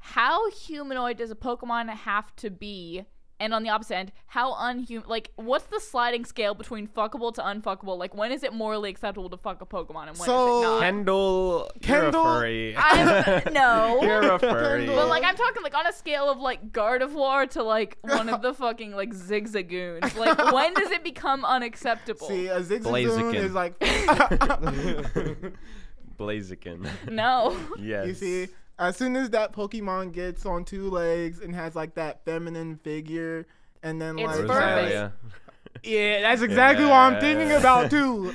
Speaker 4: How humanoid does a Pokemon have to be? And on the opposite end, how unhuman? Like, what's the sliding scale between fuckable to unfuckable? Like, when is it morally acceptable to fuck a Pokemon and when is
Speaker 3: So-
Speaker 4: it not?
Speaker 1: Uh, Kendall,
Speaker 3: Kendall-
Speaker 1: you're a furry.
Speaker 4: I'm, no.
Speaker 1: you're a furry.
Speaker 4: But like, I'm talking like on a scale of like Gardevoir to like one of the fucking like Zigzagoons. Like, when does it become unacceptable?
Speaker 3: See, uh, a zigzagoon
Speaker 1: Blaziken.
Speaker 3: is like.
Speaker 1: Blaziken.
Speaker 4: no.
Speaker 1: Yes.
Speaker 3: you see, as soon as that Pokemon gets on two legs and has like that feminine figure, and then
Speaker 4: It's
Speaker 3: like
Speaker 4: furry.
Speaker 1: Rosalia.
Speaker 3: Yeah, that's exactly what I'm
Speaker 1: Yeah.
Speaker 3: thinking about too.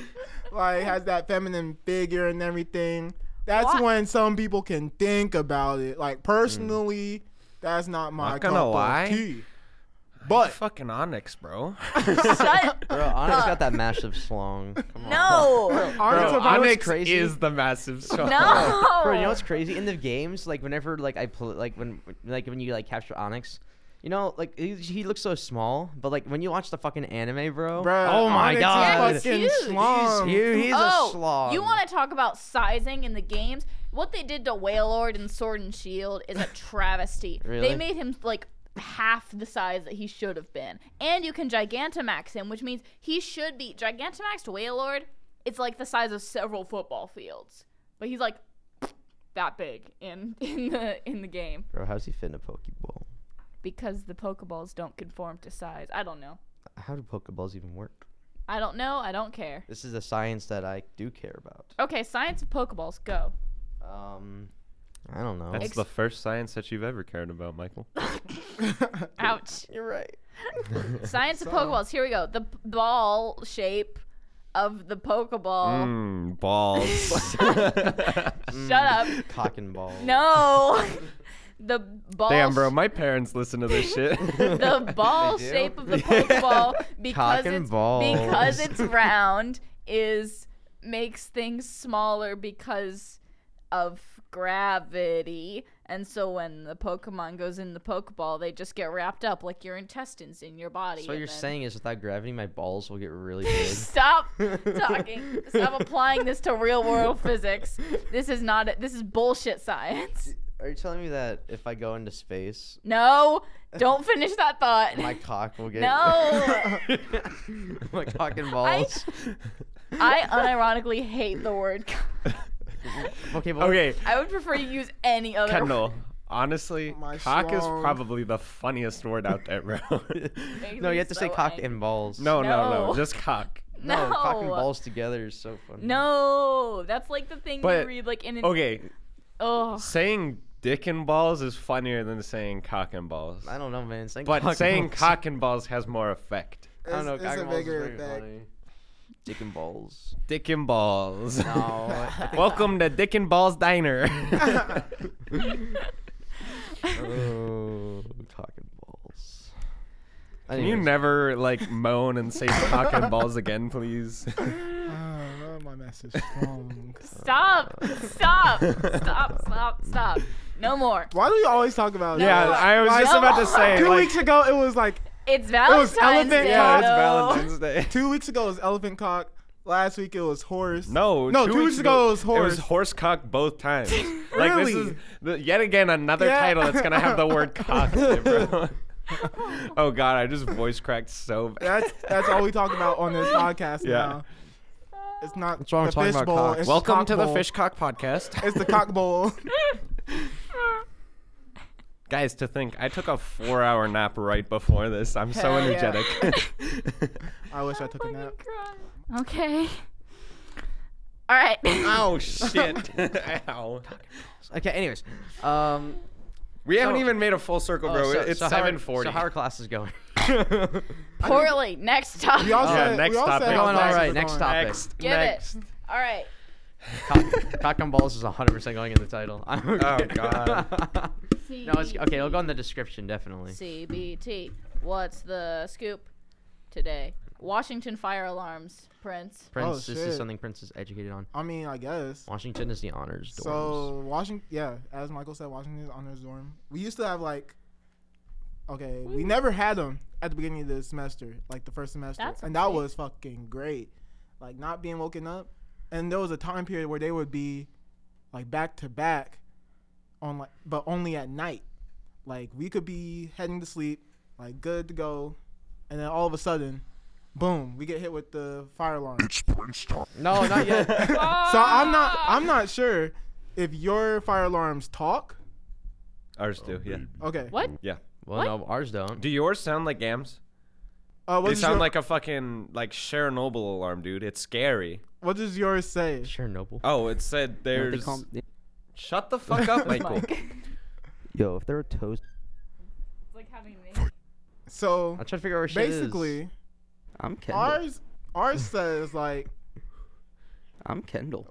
Speaker 3: like has that feminine figure and everything. That's
Speaker 4: Why-
Speaker 3: when some people can think about it. Like personally, that's not my
Speaker 1: Not gonna
Speaker 3: cup of
Speaker 1: lie.
Speaker 3: tea.
Speaker 1: You
Speaker 2: But
Speaker 1: fucking Onyx, bro.
Speaker 4: Shut
Speaker 2: bro, Onyx
Speaker 4: up.
Speaker 2: got that massive slong. Come on.
Speaker 4: No.
Speaker 3: Onyx
Speaker 2: Bro,
Speaker 3: about-
Speaker 2: Onyx- crazy?
Speaker 1: is the massive show.
Speaker 4: No.
Speaker 2: Bro, you know what's crazy? In the games, like whenever like I pl- like when like when you like capture Onyx, you know like he, he looks so small, but like when you watch the fucking anime, bro.
Speaker 3: Bruh,
Speaker 2: oh my
Speaker 3: Onyx is
Speaker 2: god.
Speaker 4: Yes,
Speaker 3: fucking
Speaker 4: huge.
Speaker 3: schlong.
Speaker 2: He's huge. He's
Speaker 4: oh,
Speaker 2: a slog.
Speaker 4: You want to talk about sizing in the games? What they did to Wailord in Sword and Shield is a travesty.
Speaker 2: Really?
Speaker 4: They made him like half the size that he should have been. And you can Gigantamax him, which means he should be Gigantamaxed Wailord. It's like the size of several football fields. But he's like that big in in the in the game
Speaker 2: Bro, how's he fit in a Pokeball?
Speaker 4: because the pokeballs don't conform to size. I don't know.
Speaker 2: How do Pokeballs even work?
Speaker 4: I don't know. I don't care.
Speaker 2: This is the science that I do care about.
Speaker 4: Okay, science of pokeballs go.
Speaker 2: Um, I don't know.
Speaker 1: That's
Speaker 4: Ex-
Speaker 1: the first science that you've ever cared about, Michael.
Speaker 4: Ouch.
Speaker 2: You're right.
Speaker 4: Science of Pokeballs. Here we go. The p- ball shape of the Pokeball.
Speaker 1: Mm, balls.
Speaker 2: Mm.
Speaker 4: Shut up.
Speaker 2: Cock and ball.
Speaker 4: No. the ball.
Speaker 1: Damn, bro.
Speaker 4: sh-
Speaker 1: My parents listen to this shit.
Speaker 4: the ball
Speaker 2: They do?
Speaker 4: shape of the Pokeball because
Speaker 2: Cock and
Speaker 4: it's
Speaker 2: balls.
Speaker 4: because it's round is makes things smaller because of gravity. And so when the Pokemon goes in the Pokeball, they just get wrapped up like your intestines in your body.
Speaker 2: So what
Speaker 4: and
Speaker 2: you're
Speaker 4: then-
Speaker 2: saying is without gravity, my balls will get really big.
Speaker 4: Stop talking. Stop applying this to real world physics. This is not. this is bullshit science.
Speaker 2: Are you telling me that if I go into space,
Speaker 4: No, don't finish that thought.
Speaker 2: my cock will get
Speaker 4: No.
Speaker 2: my cock and balls.
Speaker 4: I unironically hate the word. co-
Speaker 2: okay, but
Speaker 1: okay,
Speaker 4: I would prefer you use any other. word.
Speaker 1: Kendall. Honestly,
Speaker 3: My
Speaker 1: cock is
Speaker 3: schlong.
Speaker 1: probably the funniest word out there, bro.
Speaker 4: Makes
Speaker 2: No,
Speaker 4: me
Speaker 2: you have to say
Speaker 4: so
Speaker 2: cock
Speaker 4: angry.
Speaker 2: and balls.
Speaker 1: no, no, no,
Speaker 4: No.
Speaker 1: Just cock.
Speaker 2: no, cock and
Speaker 4: No.
Speaker 2: balls together is so funny.
Speaker 4: No, that's like the thing you
Speaker 1: But-
Speaker 4: read like in an.
Speaker 1: Okay,
Speaker 4: Oh.
Speaker 1: saying dick and balls is funnier than saying cock and balls.
Speaker 2: I don't know, man. Saying
Speaker 1: But
Speaker 2: cock and
Speaker 1: saying
Speaker 2: balls-
Speaker 1: cock and balls has more effect.
Speaker 2: I don't know,
Speaker 3: It's-
Speaker 2: cock
Speaker 3: it's
Speaker 2: and
Speaker 3: a
Speaker 2: balls is
Speaker 3: bigger
Speaker 2: very
Speaker 3: effect.
Speaker 2: funny. Dick and balls.
Speaker 1: Dick and balls.
Speaker 2: No, I think-
Speaker 1: Welcome to Dick and Balls Diner.
Speaker 2: oh, cock and balls.
Speaker 1: Can you
Speaker 2: Anyways,
Speaker 1: never like moan and say cock and balls again, please?
Speaker 3: Oh, my massive strong.
Speaker 4: Stop! Stop! Stop! Stop! Stop! No more.
Speaker 3: Why do we always talk about it?
Speaker 1: yeah, I was just about to say.
Speaker 3: Two
Speaker 1: like,
Speaker 3: weeks ago, it was like
Speaker 4: It's Valentine's
Speaker 3: elephant
Speaker 4: Day.
Speaker 1: yeah, it's
Speaker 4: though.
Speaker 1: Valentine's Day.
Speaker 3: two weeks ago it was elephant cock. Last week it was horse.
Speaker 1: No,
Speaker 3: no, two, weeks ago, it was
Speaker 1: It
Speaker 3: horse.
Speaker 1: was horse cock both times. Like this
Speaker 3: Really?
Speaker 1: is the, yet again another
Speaker 3: Yeah.
Speaker 1: title that's gonna have the word cock. in it, bro. oh god, I just voice cracked so bad.
Speaker 3: That's that's all we talk about on this podcast
Speaker 1: Yeah.
Speaker 3: now. It's not
Speaker 2: What's wrong
Speaker 3: the
Speaker 2: with talking
Speaker 3: fish
Speaker 2: about
Speaker 3: bowl.
Speaker 2: cocks?
Speaker 3: It's
Speaker 1: Welcome
Speaker 3: cock
Speaker 1: to the
Speaker 3: bowl.
Speaker 1: Fish Cock Podcast.
Speaker 3: It's the cock bowl.
Speaker 1: Guys, to think I took a four hour nap right before this. I'm so
Speaker 3: Hell yeah.
Speaker 1: energetic.
Speaker 3: I wish I took a
Speaker 4: Let me
Speaker 3: nap.
Speaker 4: cry. Okay. All right.
Speaker 1: Ow, shit. Ow.
Speaker 2: Okay, anyways, um,
Speaker 1: We haven't
Speaker 2: So-
Speaker 1: even made a full circle,
Speaker 2: oh,
Speaker 1: bro.
Speaker 2: so-
Speaker 1: it's
Speaker 2: so how are-
Speaker 1: 740.
Speaker 2: So how are classes going?
Speaker 4: Poorly. Next topic.
Speaker 3: We all
Speaker 1: Yeah,
Speaker 3: said,
Speaker 1: Oh, next
Speaker 3: we all
Speaker 1: topic.
Speaker 3: Said
Speaker 1: Going
Speaker 3: our
Speaker 1: all
Speaker 3: classes
Speaker 2: right,
Speaker 3: were
Speaker 2: next
Speaker 3: going.
Speaker 1: uh,
Speaker 2: topic.
Speaker 1: next.
Speaker 4: Give
Speaker 1: next.
Speaker 4: it. All right.
Speaker 2: cock, cock and balls is 100% going in the title. oh
Speaker 1: God.
Speaker 2: no, it's okay. It'll go in the description definitely.
Speaker 4: CBT. What's the scoop today? Washington fire alarms. Prince.
Speaker 2: Prince,
Speaker 3: Oh,
Speaker 2: this
Speaker 3: shit.
Speaker 2: is something Prince is educated on.
Speaker 3: I mean, I guess.
Speaker 2: Washington is the honors dorms.
Speaker 3: So Washington, yeah, as Michael said, Washington is honors dorm. We used to have like, okay, we never had them at the beginning of the semester, like the first semester,
Speaker 4: That's
Speaker 3: and that
Speaker 4: okay.
Speaker 3: was fucking great. Like not being woken up, and there was a time period where they would be, like back to back, on like but only at night. Like we could be heading to sleep, like good to go, and then all of a sudden, boom, we get hit with the fire alarm.
Speaker 2: no, not yet.
Speaker 3: So I'm not
Speaker 4: Ah.
Speaker 3: I'm not sure if your fire alarms talk.
Speaker 1: Ours do, yeah.
Speaker 3: Okay.
Speaker 4: What?
Speaker 1: Yeah.
Speaker 2: well,
Speaker 4: What?
Speaker 2: no, ours don't.
Speaker 1: Do yours sound like yams?
Speaker 3: Uh, what
Speaker 1: They
Speaker 3: does
Speaker 1: sound
Speaker 3: your,
Speaker 1: like a fucking like Chernobyl alarm, dude. It's scary.
Speaker 3: what does yours say?
Speaker 2: Chernobyl.
Speaker 1: Oh, it said
Speaker 5: What they
Speaker 1: there's.
Speaker 5: call 'em- they-
Speaker 1: Shut the fuck up, Michael.
Speaker 5: Yo, if there were toast,
Speaker 4: Like having me.
Speaker 3: So
Speaker 2: I'm trying to figure out where shit is.
Speaker 3: basically,
Speaker 5: I'm Kendall.
Speaker 3: ours ours says like
Speaker 5: I'm Kendall.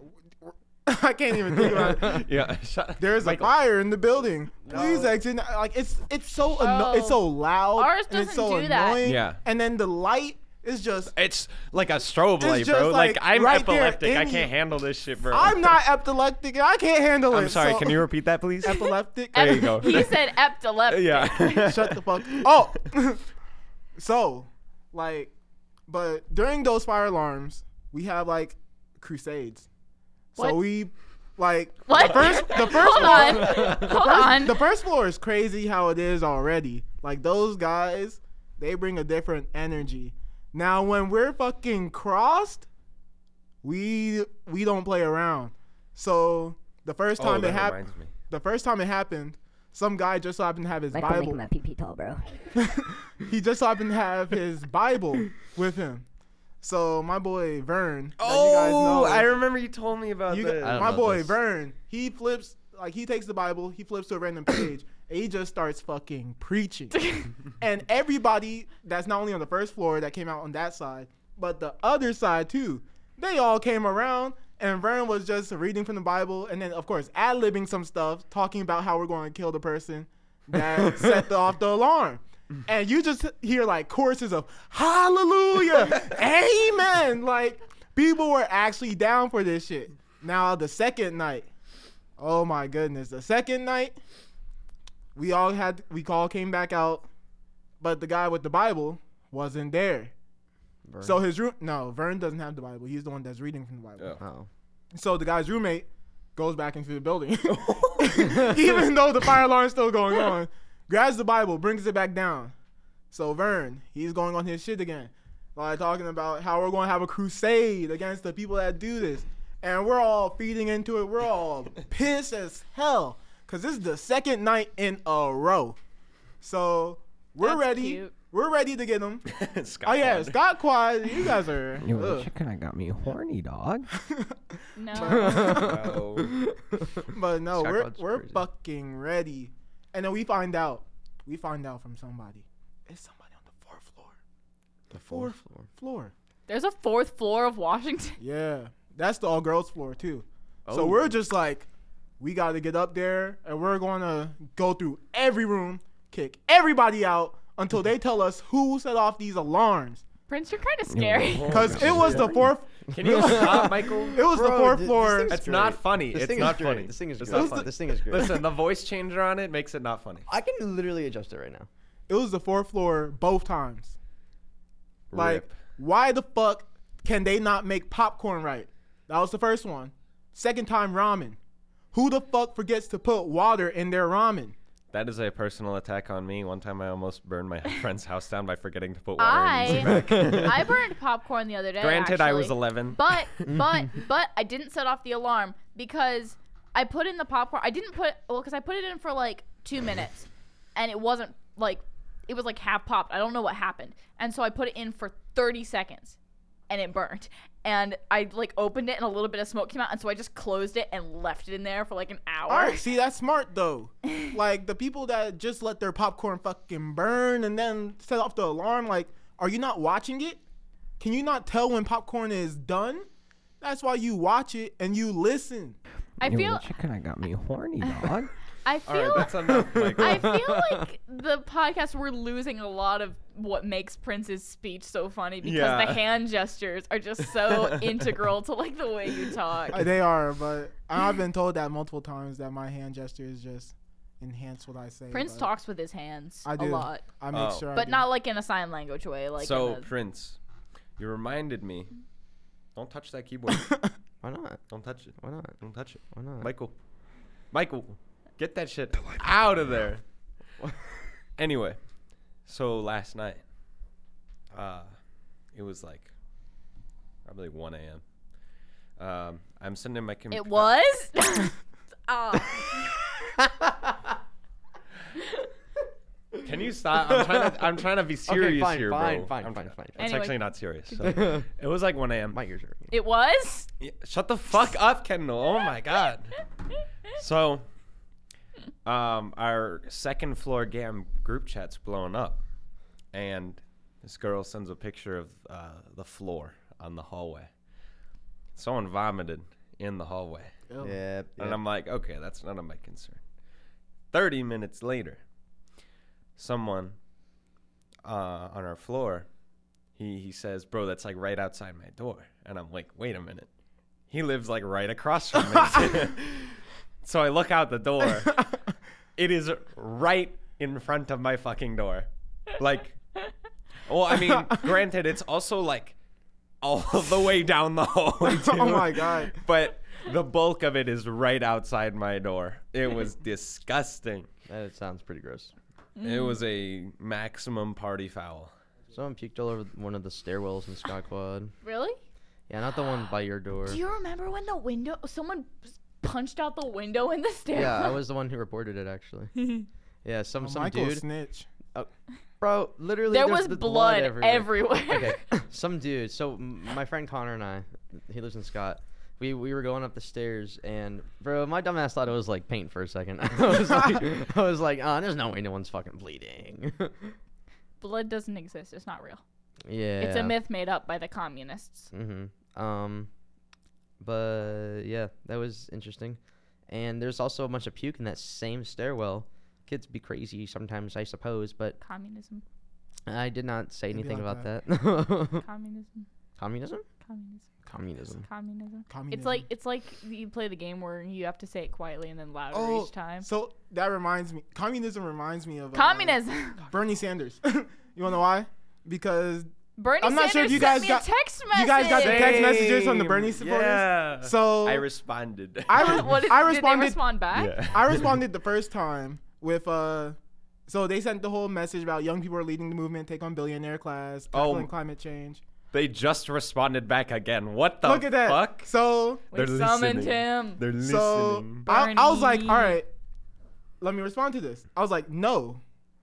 Speaker 3: I can't even think about it.
Speaker 1: yeah, shut up.
Speaker 3: There is
Speaker 1: Michael.
Speaker 3: a fire in the building. Please exit. Like it's it's so anno- it's so loud.
Speaker 4: Oh. Ours
Speaker 3: and it's
Speaker 4: doesn't
Speaker 3: so
Speaker 4: do that.
Speaker 3: annoying.
Speaker 1: Yeah.
Speaker 3: And then the light is just.
Speaker 1: It's like a strobe light,
Speaker 3: just
Speaker 1: bro. Like,
Speaker 3: like
Speaker 1: I'm
Speaker 3: right there
Speaker 1: epileptic.
Speaker 3: in
Speaker 1: I
Speaker 3: you.
Speaker 1: can't handle this shit, bro.
Speaker 3: I'm not epileptic. and I can't handle it.
Speaker 1: I'm sorry.
Speaker 3: so-
Speaker 1: Can you repeat that, please?
Speaker 3: epileptic?
Speaker 1: There you go.
Speaker 4: he said epileptic.
Speaker 1: yeah.
Speaker 3: Shut the fuck. Oh, so like, but during those fire alarms, we have like crusades.
Speaker 4: What?
Speaker 3: So we like
Speaker 4: What?
Speaker 3: The first, the first
Speaker 4: Hold
Speaker 3: floor-
Speaker 4: on. Hold on.
Speaker 3: The first floor is crazy how it is already. Like those guys, they bring a different energy. Now when we're fucking crossed, we we don't play around. So the first
Speaker 1: Oh,
Speaker 3: time
Speaker 1: that
Speaker 3: it happened,
Speaker 1: reminds me.
Speaker 3: the first time it happened, some guy just so happened to have his
Speaker 6: Michael making
Speaker 3: Bible.
Speaker 6: my pee pee tall, bro.
Speaker 3: he just so happened to have his Bible with him. So my boy Vern, that
Speaker 1: Oh,
Speaker 3: you guys know,
Speaker 1: I remember you told me about
Speaker 3: you
Speaker 1: this.
Speaker 3: got,
Speaker 2: don't
Speaker 3: my
Speaker 2: know
Speaker 3: boy
Speaker 2: this.
Speaker 3: Vern, he flips like he takes the Bible, he flips to a random page, and he just starts fucking preaching. and everybody that's not only on the first floor that came out on that side, but the other side too, they all came around. And Vern was just reading from the Bible, and then of course ad libbing some stuff, talking about how we're going to kill the person that set off the alarm. And you just hear like choruses of hallelujah, amen. Like people were actually down for this shit. Now the second night, oh my goodness, the second night, we all had we all came back out, but the guy with the Bible wasn't there. So his room no, Vern doesn't have the Bible. He's the one that's reading from the Bible.
Speaker 1: Yeah.
Speaker 2: Oh.
Speaker 3: So the guy's roommate goes back into the building, even though the fire alarm's still going on. Grabs the Bible, brings it back down. So Vern, he's going on his shit again, like talking about how we're going to have a crusade against the people that do this, and we're all feeding into it. We're all pissed as hell because this is the second night in a row. So we're
Speaker 4: That's
Speaker 3: ready.
Speaker 4: cute.
Speaker 3: We're ready to get them.
Speaker 1: Scott
Speaker 3: Oh yeah,
Speaker 1: Ward.
Speaker 3: Scott Quad, you guys are. ugh.
Speaker 5: kind of got me horny, dog.
Speaker 4: No.
Speaker 1: Oh.
Speaker 3: But no,
Speaker 2: Sky
Speaker 3: we're
Speaker 2: Pod's
Speaker 3: we're
Speaker 2: crazy.
Speaker 3: fucking ready. And then we find out. We find out from somebody. It's somebody on the fourth floor. The fourth floor. Floor.
Speaker 4: There's a fourth floor of Washington.
Speaker 3: Yeah. That's the all girls floor too. So we're just like, we gotta get up there and we're gonna go through every room, kick everybody out until they tell us who set off these alarms.
Speaker 4: Prince, you're kind of scary.
Speaker 2: Oh,
Speaker 3: Cause it was the fourth
Speaker 1: Can you stop, Michael?
Speaker 3: it was the
Speaker 2: Bro,
Speaker 3: fourth
Speaker 2: thi- this
Speaker 3: floor.
Speaker 2: thing's-
Speaker 1: That's not funny.
Speaker 2: This
Speaker 1: it's
Speaker 2: thing is
Speaker 1: not
Speaker 2: great.
Speaker 1: funny.
Speaker 2: This thing is
Speaker 1: It's
Speaker 2: great.
Speaker 1: not funny.
Speaker 2: This thing is great.
Speaker 1: Listen, the voice changer on it makes it not funny.
Speaker 2: I can literally adjust it right now.
Speaker 3: It was the fourth floor both times. Like,
Speaker 1: Rip.
Speaker 3: why the fuck can they not make popcorn right? That was the first one. Second time ramen. Who the fuck forgets to put water in their ramen?
Speaker 1: That is a personal attack on me. One time I almost burned my friend's house down by forgetting to put water in his
Speaker 4: I
Speaker 1: back.
Speaker 4: I burned popcorn the other day.
Speaker 1: Granted, I was
Speaker 4: actually.
Speaker 1: 11.
Speaker 4: But but but I didn't set off the alarm because I put in the popcorn. I didn't put well because I put it in for like two minutes, and it wasn't like it was like half popped. I don't know what happened, and so I put it in for thirty seconds, and it burned. And I like opened it, and a little bit of smoke came out, and so I just closed it and left it in there for like an hour.
Speaker 3: All right, see that's smart though. like the people that just let their popcorn fucking burn and then set off the alarm. Like, are you not watching it? Can you not tell when popcorn is done? That's why you watch it and you listen.
Speaker 4: I feel
Speaker 5: kind of got me horny, dog.
Speaker 4: I
Speaker 1: All
Speaker 4: feel
Speaker 1: right, that's enough, Michael.
Speaker 4: I feel like the podcast we're losing a lot of what makes Prince's speech so funny because
Speaker 1: Yeah.
Speaker 4: the hand gestures are just so integral to like the way you talk.
Speaker 3: Uh, They are, but I've been told that multiple times that my hand gestures just enhance what I say.
Speaker 4: Prince
Speaker 3: but
Speaker 4: talks with his hands
Speaker 3: I do.
Speaker 4: a lot,
Speaker 3: I make
Speaker 1: Oh.
Speaker 3: sure, I
Speaker 4: but
Speaker 3: do.
Speaker 4: not like in a sign language way. Like
Speaker 1: so,
Speaker 4: in a-
Speaker 1: Prince, you reminded me. Don't touch that keyboard.
Speaker 2: Why not?
Speaker 1: Don't touch it.
Speaker 2: Why not?
Speaker 1: Don't touch it.
Speaker 2: Why not?
Speaker 1: Michael. Michael, get that shit out of there. anyway, so last night, uh, it was like probably 1 a.m. Um, I'm sitting in my computer.
Speaker 4: it was. Ah,
Speaker 1: Can you stop? I'm trying to, I'm trying to be serious
Speaker 2: fine,
Speaker 1: here,
Speaker 2: fine,
Speaker 1: bro.
Speaker 2: fine,
Speaker 1: I'm
Speaker 2: fine,
Speaker 1: try-
Speaker 2: fine,
Speaker 1: It's
Speaker 2: fine.
Speaker 1: actually not serious. so. it was like 1 a.m.
Speaker 2: My ears are.
Speaker 4: it was.
Speaker 1: Yeah, shut the fuck up, Kendall. Oh my god. So, um, our second floor gam group chat's blown up, and this girl sends a picture of uh, the floor on the hallway. Someone vomited in the hallway.
Speaker 3: Ew.
Speaker 2: Yeah.
Speaker 1: And I'm like, okay, that's none of my concern. 30 minutes later, someone uh, on our floor, he, he says, bro, that's like right outside my door. And I'm like, wait a minute. He lives like right across from me. so I look out the door. It is right in front of my fucking door. Like, well, I mean, granted, it's also like all the way down the hallway.
Speaker 3: oh
Speaker 1: too
Speaker 3: my god.
Speaker 1: but the bulk of it is right outside my door. It was disgusting.
Speaker 2: That sounds pretty gross.
Speaker 1: It was a maximum party foul.
Speaker 2: Someone puked all over one of the stairwells in Scott Quad.
Speaker 4: Really?
Speaker 2: Yeah, not the one by your door.
Speaker 4: Do you remember when the window? Someone punched out the window in the stairwell.
Speaker 2: Yeah, I was the one who reported it actually.
Speaker 4: Oh,
Speaker 2: Yeah, some some
Speaker 3: Michael
Speaker 2: dude,
Speaker 3: snitch.
Speaker 2: bro. Literally,
Speaker 4: there
Speaker 2: there's
Speaker 4: was
Speaker 2: the
Speaker 4: blood,
Speaker 2: everywhere.
Speaker 4: everywhere.
Speaker 2: okay, some dude. So m- my friend Connor and I, he lives in Scott. We, we were going up the stairs and bro, my dumbass thought it was like paint for a second. I was like, I was like, oh, there's no way no one's fucking bleeding.
Speaker 4: Blood doesn't exist. It's not real.
Speaker 2: yeah,
Speaker 4: It's a myth made up by the communists.
Speaker 2: Mm-hmm. Um, but yeah, that was interesting. And there's also a bunch of puke in that same stairwell. Kids be crazy sometimes, I suppose, but
Speaker 4: Communism.
Speaker 2: I did not say
Speaker 3: Maybe
Speaker 2: anything
Speaker 3: like
Speaker 2: about that.
Speaker 4: Communism.
Speaker 2: Communism?
Speaker 4: Communism.
Speaker 3: Hmm.
Speaker 2: Communism.
Speaker 4: Communism.
Speaker 3: Communism.
Speaker 4: It's like it's like you play the game where you have to say it quietly and then louder
Speaker 3: oh,
Speaker 4: each time.
Speaker 3: so that reminds me. Communism reminds me of uh,
Speaker 4: Communism.
Speaker 3: Bernie Sanders. you wanna know why? Because
Speaker 4: Bernie
Speaker 3: I'm not sure if
Speaker 4: Sanders
Speaker 3: you
Speaker 4: sent
Speaker 3: guys
Speaker 4: me
Speaker 3: got-
Speaker 4: a text message.
Speaker 3: you guys got the text messages from the
Speaker 1: Same.
Speaker 3: Bernie supporters?
Speaker 1: Yeah.
Speaker 3: so
Speaker 1: Uh, I responded.
Speaker 3: I, re-
Speaker 4: What did,
Speaker 3: I
Speaker 4: Did
Speaker 3: responded.
Speaker 4: they respond back?
Speaker 1: Yeah.
Speaker 3: I responded the first time with uh so they sent the whole message about young people are leading the movement, take on billionaire class,
Speaker 1: Oh.
Speaker 3: tackling climate change.
Speaker 1: they just responded back again. What the
Speaker 3: Look at that.
Speaker 1: fuck?
Speaker 3: So
Speaker 4: We summoned him.
Speaker 1: They're listening.
Speaker 3: so uh, I, I was like, all
Speaker 4: Bernie.
Speaker 3: right, let me respond to this. I was like, no.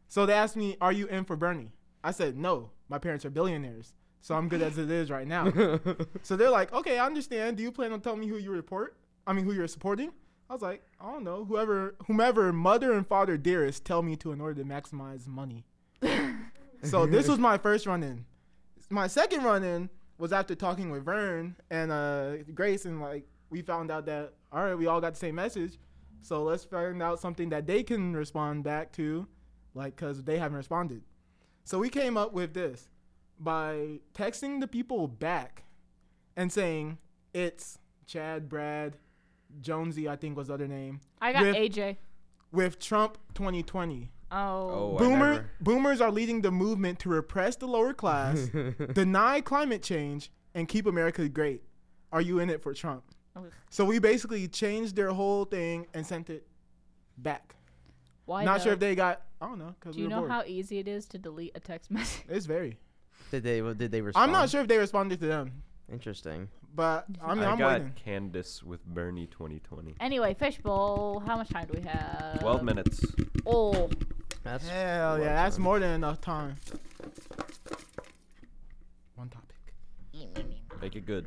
Speaker 3: So they asked me, are you in for Bernie? I said, no. My parents are billionaires, so I'm good as it is right now. so they're like, okay, I understand. Do you plan on telling me who you report? I mean, who you're supporting? I was like, I don't know. Whoever, whomever, mother and father dearest, tell me to in order to maximize money. so this was my first run in. My second run in was after talking with Vern and uh, Grace, and like we found out that all right, we all got the same message. So let's find out something that they can respond back to, like because they haven't responded. So we came up with this by texting the people back and saying it's Chad, Brad, Jonesy, I think was the other name,
Speaker 4: I got
Speaker 3: With-
Speaker 4: AJ.
Speaker 3: with Trump 2020.
Speaker 4: Oh.
Speaker 1: oh, I
Speaker 3: Boomer,
Speaker 1: never-
Speaker 3: boomers are leading the movement to repress the lower class, deny climate change, and keep America great. Are you in it for Trump?
Speaker 4: Ugh.
Speaker 3: So we basically changed their whole thing and sent it back.
Speaker 4: Why?
Speaker 3: Not sure
Speaker 4: though?
Speaker 3: if they got. I don't know. Cause
Speaker 4: Do
Speaker 3: we
Speaker 4: you
Speaker 3: were
Speaker 4: know
Speaker 3: bored.
Speaker 4: how easy it is to delete a text message?
Speaker 3: It's very.
Speaker 2: Did they well, did they respond?
Speaker 3: I'm not sure if they responded to them,
Speaker 2: Interesting.
Speaker 3: but I mean, I am
Speaker 1: got
Speaker 3: waiting.
Speaker 1: Candace with Bernie 2020.
Speaker 4: Anyway, fishbowl. How much time do we have?
Speaker 1: 12 minutes.
Speaker 4: Oh,
Speaker 2: That's
Speaker 3: Hell yeah, that's more than enough time. One topic.
Speaker 1: Make it good.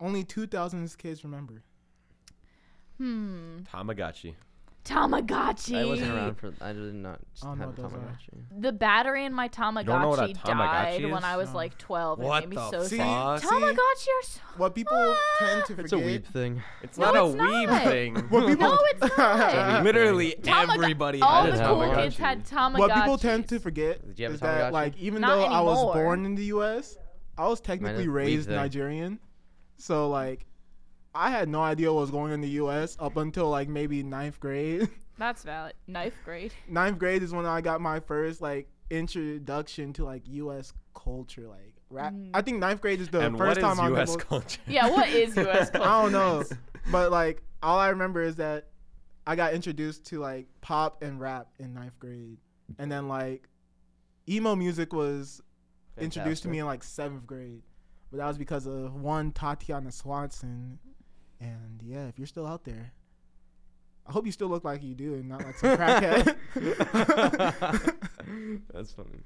Speaker 3: Only 2000s kids remember.
Speaker 4: hmm.
Speaker 1: Tamagotchi.
Speaker 4: Tamagotchi.
Speaker 2: I wasn't around for I did not
Speaker 3: I don't know
Speaker 2: have a
Speaker 3: what those are.
Speaker 2: Tamagotchi.
Speaker 4: The battery in my Tamagotchi,
Speaker 1: don't know what a
Speaker 4: died
Speaker 1: Tamagotchi
Speaker 4: when I
Speaker 1: is?
Speaker 4: was
Speaker 3: No.
Speaker 4: like 12. and
Speaker 1: What
Speaker 4: it made me
Speaker 1: the
Speaker 4: so
Speaker 1: fuck?
Speaker 3: See,
Speaker 4: sad.
Speaker 3: see,
Speaker 4: Tamagotchi are so.
Speaker 3: what people tend to forget.
Speaker 2: It's a weeb thing.
Speaker 1: It's
Speaker 4: No,
Speaker 1: not a
Speaker 4: it's
Speaker 1: weeb
Speaker 4: not.
Speaker 1: thing.
Speaker 3: What people
Speaker 4: No, it's not.
Speaker 1: Literally
Speaker 4: Tamago-
Speaker 1: everybody
Speaker 4: All the
Speaker 1: had a
Speaker 2: didn't
Speaker 4: cool
Speaker 2: have a
Speaker 4: kids
Speaker 2: Tamagotchi.
Speaker 4: had Tamagotchi.
Speaker 3: what people tend to forget
Speaker 2: Did you have a
Speaker 3: is that
Speaker 2: Tamagotchi?
Speaker 3: like even
Speaker 4: Not
Speaker 3: though I was
Speaker 4: anymore.
Speaker 3: born in the U.S., I was technically
Speaker 2: we
Speaker 3: raised
Speaker 2: did.
Speaker 3: Nigerian, so like I had no idea what was going on in the U.S. up until like maybe ninth grade.
Speaker 4: That's valid. Ninth grade.
Speaker 3: ninth grade is when I got my first like introduction to like U.S. culture. Like rap.
Speaker 4: Mm.
Speaker 3: I think ninth grade is the
Speaker 1: And what
Speaker 3: first
Speaker 1: is
Speaker 3: time I
Speaker 1: U.S.
Speaker 3: was.
Speaker 1: culture?
Speaker 4: Yeah, what is U.S. culture?
Speaker 3: I don't know, but like all I remember is that I got introduced to like pop and rap in ninth grade, and then like emo music was introduced to me in like seventh grade, but that was because of one Tatiana Swanson, and yeah, if you're still out there, I hope you still look like you do and not like some crackhead.
Speaker 2: That's funny.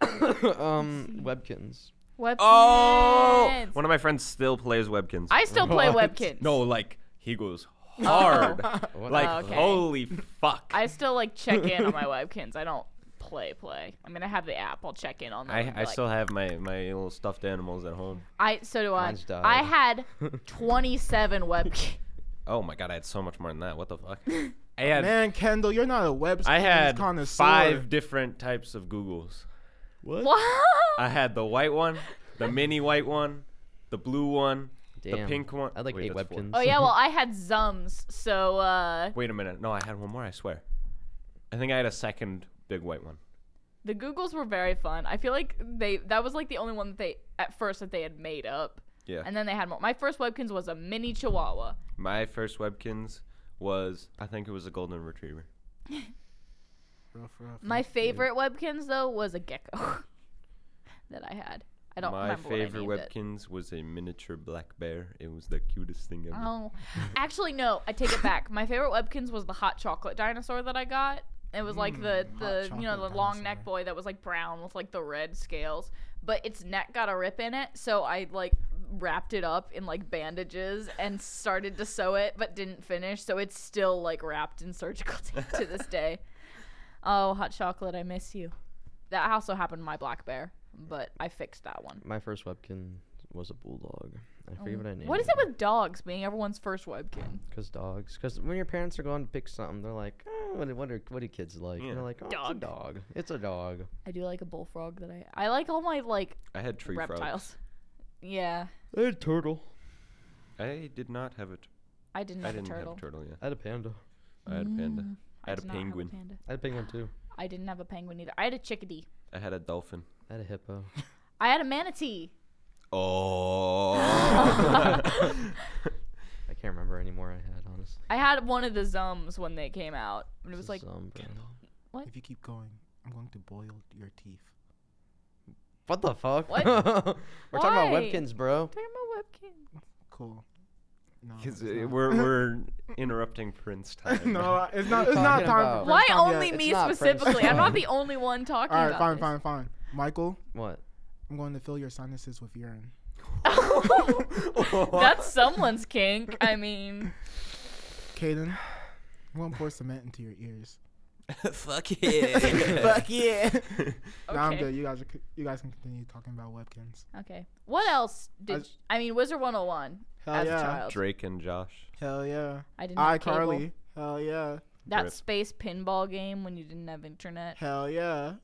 Speaker 2: um, Webkins.
Speaker 4: Webkins.
Speaker 1: Oh, one of my friends still plays Webkins.
Speaker 4: I still play
Speaker 2: What?
Speaker 4: Webkins.
Speaker 1: no, like he goes hard.
Speaker 2: What?
Speaker 1: like
Speaker 4: Oh, okay.
Speaker 1: holy fuck.
Speaker 4: I still like check in on my Webkins. I don't play play. I'm gonna have the app. I'll check in on that.
Speaker 1: I,
Speaker 4: and be
Speaker 1: I
Speaker 4: like-
Speaker 1: still have my, my little stuffed animals at home.
Speaker 4: I so do I.
Speaker 2: Mine's died.
Speaker 4: I had 27 web. ca-
Speaker 1: Oh my god, I had so much more than that. What the fuck? I had
Speaker 3: Man, Kendall, you're not a web
Speaker 1: I had
Speaker 3: connoisseur.
Speaker 1: five different types of Googles.
Speaker 4: What?
Speaker 1: I had the white one, the mini white one, the blue one,
Speaker 2: Damn.
Speaker 1: the pink one.
Speaker 2: I had like
Speaker 1: Wait,
Speaker 2: eight
Speaker 1: that's four.
Speaker 2: webkins.
Speaker 4: Oh yeah, well I had Zums, so uh
Speaker 1: Wait a minute. No, I had one more, I swear. I think I had a second big white one.
Speaker 4: the Googles were very fun. I feel like they that was like the only one that they at first that they had made up.
Speaker 1: Yeah.
Speaker 4: And then they had more. My first webkins was a mini chihuahua.
Speaker 1: My first Webkins was, I think it was a golden retriever.
Speaker 3: Rough, rough.
Speaker 4: My favorite webkins though was a gecko that I had. I don't
Speaker 1: My
Speaker 4: remember
Speaker 1: favorite
Speaker 4: what I named it.
Speaker 1: Webkins was a miniature black bear. It was the cutest thing ever.
Speaker 4: Oh, actually no, I take it back. My favorite webkins was the hot chocolate dinosaur that I got. It was like the
Speaker 3: Mm, hot
Speaker 4: the you know the
Speaker 3: chocolate
Speaker 4: long neck
Speaker 3: dinosaur.
Speaker 4: boy that was like brown with like the red scales, but its neck got a rip in it, so I like wrapped it up in like bandages and started to sew it, but didn't finish, so it's still like wrapped in surgical tape to this day. Oh, hot chocolate, I miss you. That also happened to my black bear, but I fixed that one.
Speaker 2: My first webkin was a bulldog. I forget what I named
Speaker 4: Oh, What is it with dogs being everyone's first webkin?
Speaker 2: Because dogs. Because when your parents are going to pick something, they're like, "Oh, what, do- what are what do kids like? And
Speaker 1: Yeah.
Speaker 2: they're like, oh, it's a
Speaker 4: Dog.
Speaker 2: dog. It's a dog.
Speaker 4: I do like a bullfrog that I I like all my like
Speaker 1: I had tree
Speaker 4: reptiles.
Speaker 1: frogs.
Speaker 4: Yeah,
Speaker 2: I had a turtle.
Speaker 1: I did not have a. T-
Speaker 4: I didn't
Speaker 1: I
Speaker 4: have
Speaker 1: didn't
Speaker 4: a turtle.
Speaker 1: have a turtle. Yeah,
Speaker 2: I had a panda.
Speaker 1: I had a panda.
Speaker 4: Mm,
Speaker 1: I had a
Speaker 4: did not have
Speaker 1: penguin.
Speaker 4: panda.
Speaker 2: I had a penguin too.
Speaker 4: I didn't have a penguin either. I had a chickadee.
Speaker 1: I had a dolphin.
Speaker 2: I had a hippo.
Speaker 4: I had a manatee.
Speaker 1: Oh.
Speaker 2: I can't remember anymore. I had honestly.
Speaker 4: I had one of the zums when they came out, and it was like,
Speaker 2: Some brand.
Speaker 4: What?
Speaker 3: If you keep going, I'm going to boil your teeth.
Speaker 2: What the fuck?
Speaker 4: What?
Speaker 2: We're talking about
Speaker 4: Why?
Speaker 2: webkins, bro.
Speaker 4: "Turn my webcam."
Speaker 3: Cool. No, it's
Speaker 1: Because we're
Speaker 3: not.
Speaker 1: we're interrupting Prince time.
Speaker 3: no, it's not.
Speaker 2: are you
Speaker 3: It's not
Speaker 2: talking
Speaker 3: time.
Speaker 2: about?
Speaker 3: For
Speaker 4: Why
Speaker 3: first time
Speaker 4: only
Speaker 3: yet.
Speaker 4: me
Speaker 2: It's not French
Speaker 4: specifically? I'm not
Speaker 2: time.
Speaker 4: the only one talking
Speaker 3: All right,
Speaker 4: about
Speaker 3: fine,
Speaker 4: this.
Speaker 3: fine, fine. Michael,
Speaker 2: What?
Speaker 3: I'm going to fill your sinuses with urine.
Speaker 4: That's someone's kink. I mean,
Speaker 3: Caden, I'm going to pour cement into your ears.
Speaker 1: Fuck it.
Speaker 3: yeah. Nah, I'm
Speaker 4: Okay.
Speaker 3: good. You guys, are, c- you guys can continue talking about webkins.
Speaker 4: okay. What else did
Speaker 3: s-
Speaker 4: I, mean? Wizard 101
Speaker 3: Hell
Speaker 4: as
Speaker 3: Uh, yeah.
Speaker 4: a child.
Speaker 1: Drake and Josh.
Speaker 3: Hell yeah.
Speaker 4: I didn't.
Speaker 3: I
Speaker 4: Have cable.
Speaker 3: Carly. Hell yeah.
Speaker 4: That
Speaker 1: Rip.
Speaker 4: space pinball game when you didn't have internet.
Speaker 3: Hell yeah.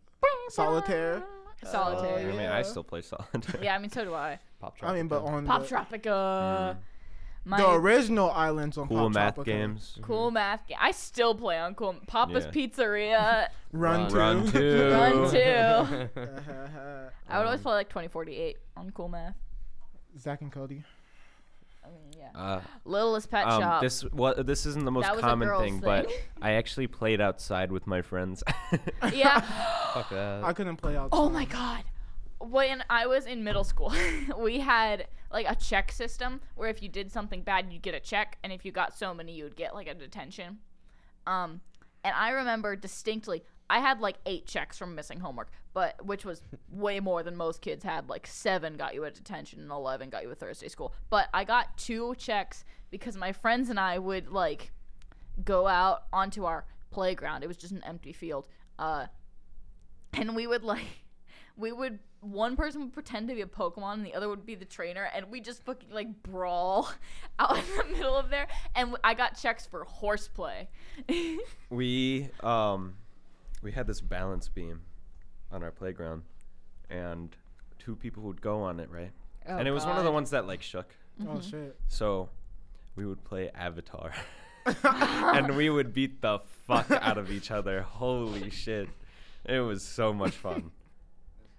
Speaker 3: Solitaire.
Speaker 4: Solitaire.
Speaker 1: I mean,
Speaker 3: Yeah.
Speaker 1: I still play solitaire.
Speaker 4: yeah, I mean, so do I.
Speaker 2: Pop
Speaker 3: I mean, but on
Speaker 4: Pop
Speaker 3: the,
Speaker 1: Mm.
Speaker 4: Tropica. My
Speaker 3: the original islands on
Speaker 1: Cool
Speaker 3: Pop
Speaker 1: math
Speaker 3: Tropica.
Speaker 1: games.
Speaker 4: cool math game. I still play on cool Papa's
Speaker 1: Yeah.
Speaker 4: Pizzeria.
Speaker 3: Run, to.
Speaker 1: Run two.
Speaker 4: Run two. I would always
Speaker 2: Um,
Speaker 4: play like 2048 on cool math.
Speaker 3: Zach and Cody.
Speaker 4: I mean, yeah.
Speaker 1: Uh,
Speaker 4: Littlest Pet
Speaker 1: um,
Speaker 4: Shop.
Speaker 1: this well, this isn't the most
Speaker 4: That was a
Speaker 1: common
Speaker 4: girl's
Speaker 1: thing, but
Speaker 4: thing.
Speaker 1: I actually played outside with my friends.
Speaker 4: yeah.
Speaker 2: Fuck that.
Speaker 3: I couldn't play out.
Speaker 4: Oh my god. When I was in middle school, we had like a check system where if you did something bad, you'd get a check, and if you got so many, you would get like a detention. Um, and I remember distinctly, I had like eight checks from missing homework, but which was way more than most kids had. Like seven got you a detention, and eleven got you a Thursday school. But I got two checks because my friends and I would like go out onto our playground. It was just an empty field. Uh, and we would like we would one person would pretend to be a Pokemon and the other would be the trainer, and we just fucking like brawl out in the middle of there. And w- I got checks for horseplay.
Speaker 1: we um we had this balance beam on our playground and two people would go on it right
Speaker 4: Oh,
Speaker 1: and it was one of the ones that like shook
Speaker 3: Oh shit.
Speaker 1: so we would play avatar and we would beat the fuck out of each other holy shit it was so much fun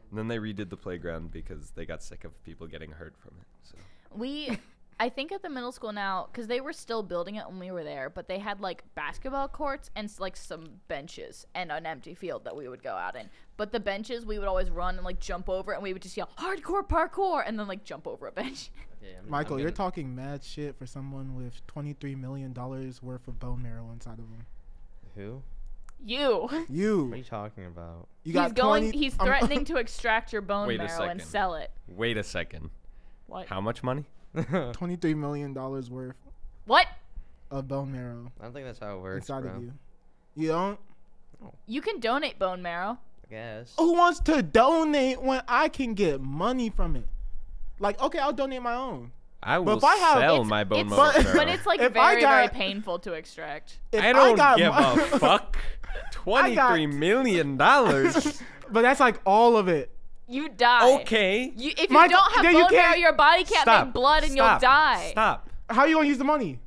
Speaker 1: and then they redid the playground because they got sick of people getting hurt from it so
Speaker 4: We, I think at the middle school now, because they were still building it when we were there, but they had like basketball courts and s- like some benches and an empty field that we would go out in. But the benches, we would always run and like jump over, and we would just yell "hardcore parkour" and then like jump over a bench.
Speaker 2: Yeah, I'm-
Speaker 3: Michael,
Speaker 2: I'm
Speaker 3: you're
Speaker 2: gonna-
Speaker 3: talking mad shit for someone with $23 million worth of bone marrow inside of him.
Speaker 2: Who?
Speaker 4: You.
Speaker 2: What are
Speaker 3: You,
Speaker 2: you talking about?
Speaker 4: he's
Speaker 3: you got
Speaker 4: going.
Speaker 3: 20
Speaker 4: he's
Speaker 3: I'm-
Speaker 4: threatening to extract your bone
Speaker 1: Wait a
Speaker 4: marrow and
Speaker 1: second.
Speaker 4: sell it.
Speaker 1: wait a second
Speaker 4: What?
Speaker 1: how much money
Speaker 2: I
Speaker 3: 23 million dollars worth
Speaker 4: What?
Speaker 3: of bone marrow
Speaker 2: don't think that's how it works,
Speaker 3: inside
Speaker 2: bro.
Speaker 3: of you. You don't?
Speaker 4: You can donate bone marrow.
Speaker 2: guess.
Speaker 3: Who wants to donate when I can get money from it? Like, okay, I'll donate my own.
Speaker 1: I will
Speaker 3: if I have-
Speaker 1: sell
Speaker 4: It's-
Speaker 1: Oh, my bone
Speaker 4: it's-
Speaker 1: marrow
Speaker 3: but-
Speaker 1: marrow.
Speaker 4: But it's like
Speaker 3: If I
Speaker 4: very, very
Speaker 3: got-
Speaker 4: painful to extract.
Speaker 3: If
Speaker 1: I don't
Speaker 3: got
Speaker 1: give
Speaker 3: mon-
Speaker 1: a fuck. Twenty-three million dollars.
Speaker 3: but that's like all of it.
Speaker 4: You die.
Speaker 1: okay.
Speaker 4: You, if you
Speaker 3: Michael,
Speaker 4: don't have
Speaker 3: yeah,
Speaker 4: bone
Speaker 3: you
Speaker 4: marrow,
Speaker 3: can't-
Speaker 4: your body can't
Speaker 1: Stop.
Speaker 4: make blood, and
Speaker 1: Stop.
Speaker 4: you'll die.
Speaker 1: Stop.
Speaker 3: How you gonna use the money?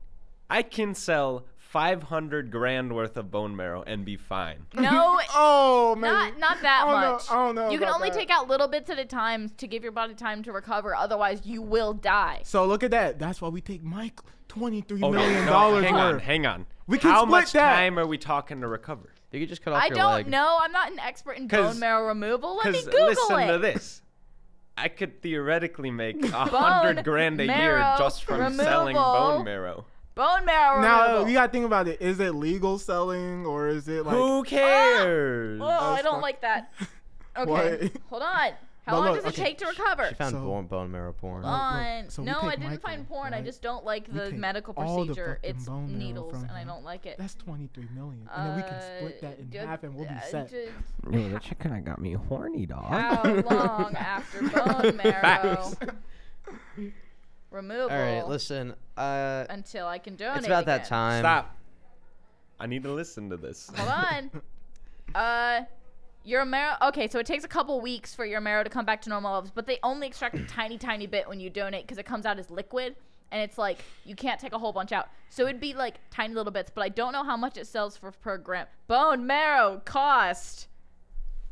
Speaker 1: I can sell five hundred grand worth of bone marrow and be fine.
Speaker 4: No,
Speaker 3: Oh man.
Speaker 4: not not that
Speaker 3: I don't know-
Speaker 4: much.
Speaker 3: I don't know
Speaker 4: You can
Speaker 3: about
Speaker 4: only
Speaker 3: that.
Speaker 4: take out little bits at a time to give your body time to recover. Otherwise, you will die.
Speaker 3: So look at that. That's why we take Mike twenty-three million
Speaker 1: Okay, no,
Speaker 3: dollars
Speaker 1: Hang
Speaker 3: worth.
Speaker 1: on, hang on.
Speaker 3: We can
Speaker 1: How
Speaker 3: split
Speaker 1: much
Speaker 3: that.
Speaker 1: time are we talking to recover?
Speaker 2: You could just cut off
Speaker 4: I
Speaker 2: your
Speaker 4: don't
Speaker 2: leg.
Speaker 4: know. I'm not an expert in
Speaker 1: 'Cause-
Speaker 4: bone marrow removal. Let me
Speaker 1: Because
Speaker 4: Google
Speaker 1: listen
Speaker 4: it.
Speaker 1: to this. I could theoretically make a
Speaker 4: Bone
Speaker 1: hundred grand a year
Speaker 4: marrow
Speaker 1: just from selling bone
Speaker 4: removal.
Speaker 1: marrow.
Speaker 4: Bone marrow
Speaker 3: Now
Speaker 4: removal.
Speaker 3: we gotta think about it. Is it legal selling or is it like?
Speaker 1: Who cares?
Speaker 4: ah, Whoa,
Speaker 3: was
Speaker 4: I don't
Speaker 3: fuck-
Speaker 4: like that. Okay,
Speaker 3: What?
Speaker 4: hold on. How
Speaker 3: But
Speaker 4: long
Speaker 3: look,
Speaker 4: does it
Speaker 3: okay,
Speaker 4: take to recover?
Speaker 2: She found
Speaker 3: So-
Speaker 2: bone, bone marrow porn.
Speaker 4: Hold on.
Speaker 3: so we
Speaker 4: no,
Speaker 3: take
Speaker 4: I didn't
Speaker 3: Michael,
Speaker 4: find porn. I
Speaker 3: right?
Speaker 4: just don't like
Speaker 3: We
Speaker 4: the
Speaker 3: take
Speaker 4: medical
Speaker 3: all the
Speaker 4: procedure.
Speaker 3: fucking
Speaker 4: It's
Speaker 3: bone marrow
Speaker 4: needles,
Speaker 3: from
Speaker 4: and I
Speaker 3: him.
Speaker 4: don't like it.
Speaker 3: That's twenty-three million, and then we can split
Speaker 4: Uh,
Speaker 3: that in
Speaker 4: do-
Speaker 3: half, and we'll be
Speaker 4: uh,
Speaker 3: set.
Speaker 4: do-
Speaker 5: Yo, that shit kinda got me horny, dog.
Speaker 4: How long after bone marrow
Speaker 1: Facts.
Speaker 4: removal
Speaker 2: All right, listen. Uh,
Speaker 4: until I can donate?
Speaker 2: it's about that
Speaker 4: again?
Speaker 2: time.
Speaker 1: Stop. I need to listen to this.
Speaker 4: Hold on. Uh, your marrow. Okay, so it takes a couple weeks for your marrow to come back to normal levels, but they only extract a tiny, tiny bit when you donate because it comes out as liquid, and it's like you can't take a whole bunch out. So it'd be like tiny little bits, but I don't know how much it sells for per gram. Bone marrow cost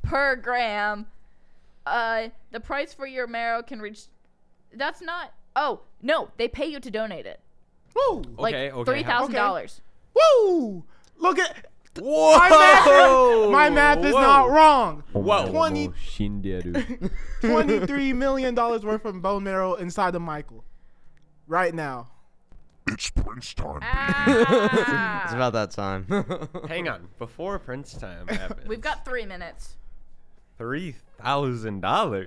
Speaker 4: per gram. Uh, the price for your marrow can reach. That's not. Oh no, they pay you to donate it.
Speaker 3: Woo!
Speaker 4: Like
Speaker 1: Okay, okay,
Speaker 4: three
Speaker 1: how-
Speaker 4: thousand dollars.
Speaker 3: Woo! Look at
Speaker 1: Whoa!
Speaker 3: my math. My math is not wrong.
Speaker 1: Oh, Whoa.
Speaker 3: 20
Speaker 5: Shinderu.
Speaker 3: Twenty-three million dollars worth of bone marrow inside of Michael, right now.
Speaker 6: It's Prince time.
Speaker 4: Ah.
Speaker 2: It's about that time.
Speaker 1: Hang on. Before Prince time happens,
Speaker 4: We've got three minutes.
Speaker 1: three thousand dollars.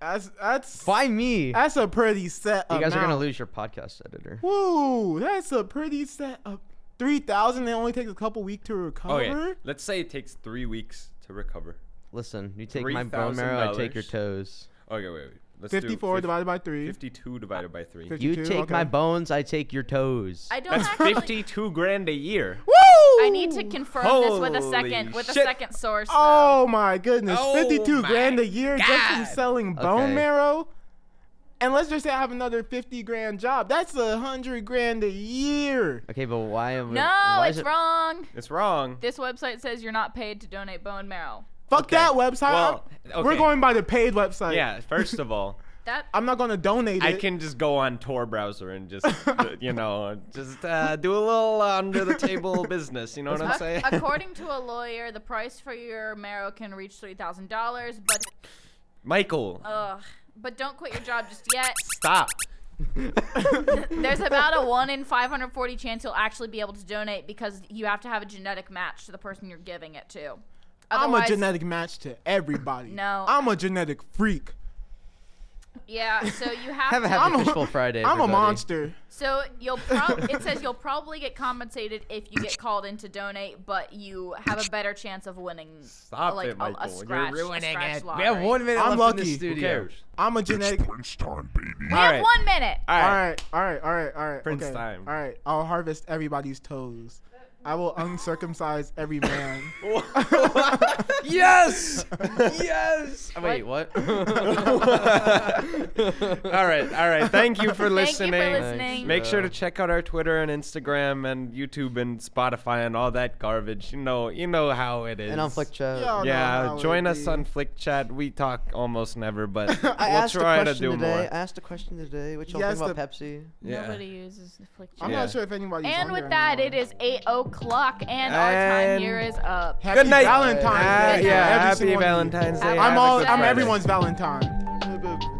Speaker 3: That's that's
Speaker 2: Why me?
Speaker 3: that's a pretty set.
Speaker 2: You guys are gonna
Speaker 3: amount.
Speaker 2: lose your podcast editor.
Speaker 3: Woo! That's a pretty set of three thousand. It only takes a couple weeks to recover.
Speaker 1: Okay. Let's say it takes three weeks to recover.
Speaker 2: Listen, you take my bone marrow, I take your toes.
Speaker 1: Okay, wait, wait. Let's do
Speaker 3: Fifty-four
Speaker 1: fif-
Speaker 3: divided by three.
Speaker 1: Fifty-two divided by three.
Speaker 3: Fifty-
Speaker 2: You
Speaker 3: 52,
Speaker 2: take my
Speaker 3: okay.
Speaker 2: bones, I take your toes.
Speaker 4: I don't
Speaker 1: That's
Speaker 4: actually.
Speaker 1: fifty-two grand a year.
Speaker 3: Woo!
Speaker 4: I need to confirm this with a second
Speaker 1: Holy
Speaker 4: with a
Speaker 1: shit.
Speaker 4: second source. though.
Speaker 3: Oh my goodness!
Speaker 1: Oh
Speaker 3: Fifty-two
Speaker 1: my
Speaker 3: grand a year just from
Speaker 1: God.
Speaker 3: selling bone
Speaker 2: Okay.
Speaker 3: marrow. And let's just say I have another fifty grand job. That's a hundred grand a year.
Speaker 2: okay, but why? am I-
Speaker 4: no,
Speaker 2: why
Speaker 4: it's
Speaker 2: is it-
Speaker 4: wrong.
Speaker 1: It's wrong.
Speaker 4: This website says you're not paid to donate bone marrow.
Speaker 3: Fuck that website.
Speaker 1: Well,
Speaker 3: I'm- We're
Speaker 1: okay.
Speaker 3: going by the paid website.
Speaker 1: Yeah. First of all,
Speaker 4: That
Speaker 3: I'm not gonna donate
Speaker 1: I
Speaker 3: it.
Speaker 1: can just go on Tor browser and just, you know, just uh, do a little under the table business. You know what I'm
Speaker 4: ac-
Speaker 1: saying?
Speaker 4: uh, according to a lawyer, the price for your marrow can reach three thousand dollars, but
Speaker 1: Michael,
Speaker 4: ugh. But don't quit your job just yet.
Speaker 1: stop.
Speaker 4: There's about a one in 540 chance you'll actually be able to donate because you have to have a genetic match to the person you're giving it to.
Speaker 3: I'm a
Speaker 4: Otherwise-
Speaker 3: genetic match to everybody.
Speaker 4: No.
Speaker 3: I'm a genetic freak.
Speaker 4: Yeah, so you have,
Speaker 2: Have a
Speaker 4: to.
Speaker 2: happy
Speaker 3: I'm a-
Speaker 2: fishbowl Friday.
Speaker 3: I'm a
Speaker 2: everybody.
Speaker 3: monster.
Speaker 4: So you'll prob- it says you'll probably get compensated if you get called in to donate, but you have a better chance of winning.
Speaker 1: Stop
Speaker 4: like
Speaker 1: it,
Speaker 4: a- a,
Speaker 1: Michael. You're
Speaker 4: scratch,
Speaker 1: ruining
Speaker 4: a scratch
Speaker 1: it.
Speaker 4: Lottery.
Speaker 2: minute
Speaker 3: I'm
Speaker 2: left in this
Speaker 3: lucky. Who
Speaker 1: Who
Speaker 2: studio.
Speaker 1: cares?
Speaker 3: I'm a
Speaker 6: It's
Speaker 3: genetic.
Speaker 6: Prince time, baby.
Speaker 4: We have
Speaker 1: Alright.
Speaker 4: one minute.
Speaker 1: All
Speaker 3: All
Speaker 1: right.
Speaker 3: right, all right, all right, all right.
Speaker 1: Prince
Speaker 3: okay,
Speaker 1: time.
Speaker 3: All right, I'll harvest everybody's toes. I will uncircumcise every man.
Speaker 2: yes. yes. Oh, wait, what?
Speaker 1: all right, all right. Thank you for
Speaker 4: Thank you
Speaker 1: listening.
Speaker 4: for listening.
Speaker 1: Make sure to check out our Twitter and Instagram and YouTube and Spotify and all that garbage. You know, you know how it is.
Speaker 2: And on Flick Chat.
Speaker 4: Oh,
Speaker 3: Y'all know
Speaker 1: Yeah,
Speaker 3: how it
Speaker 1: join us
Speaker 3: be.
Speaker 1: on Flick Chat. We talk almost never, but we'll
Speaker 2: I asked a
Speaker 1: try to
Speaker 2: question
Speaker 1: do
Speaker 2: today.
Speaker 1: more.
Speaker 2: I asked a question today. What y'all
Speaker 3: Yes,
Speaker 2: think about Pepsi?
Speaker 1: Yeah.
Speaker 4: Nobody uses the flick
Speaker 3: I'm
Speaker 4: chart.
Speaker 1: Yeah.
Speaker 3: not sure if anybody's.
Speaker 4: And
Speaker 3: on
Speaker 4: with
Speaker 3: there
Speaker 4: that, it
Speaker 3: anymore.
Speaker 4: is eight o'clock, and our time
Speaker 1: And-
Speaker 4: here is up.
Speaker 3: Happy
Speaker 1: Good night.
Speaker 3: Valentine's
Speaker 1: Uh,
Speaker 3: Day. to
Speaker 1: yeah,
Speaker 3: every
Speaker 1: happy
Speaker 3: single one of you.
Speaker 1: Valentine's Day.
Speaker 4: Happy
Speaker 1: Have
Speaker 3: I'm
Speaker 1: a
Speaker 3: all.
Speaker 1: good
Speaker 3: I'm
Speaker 1: Friday.
Speaker 3: everyone's Valentine.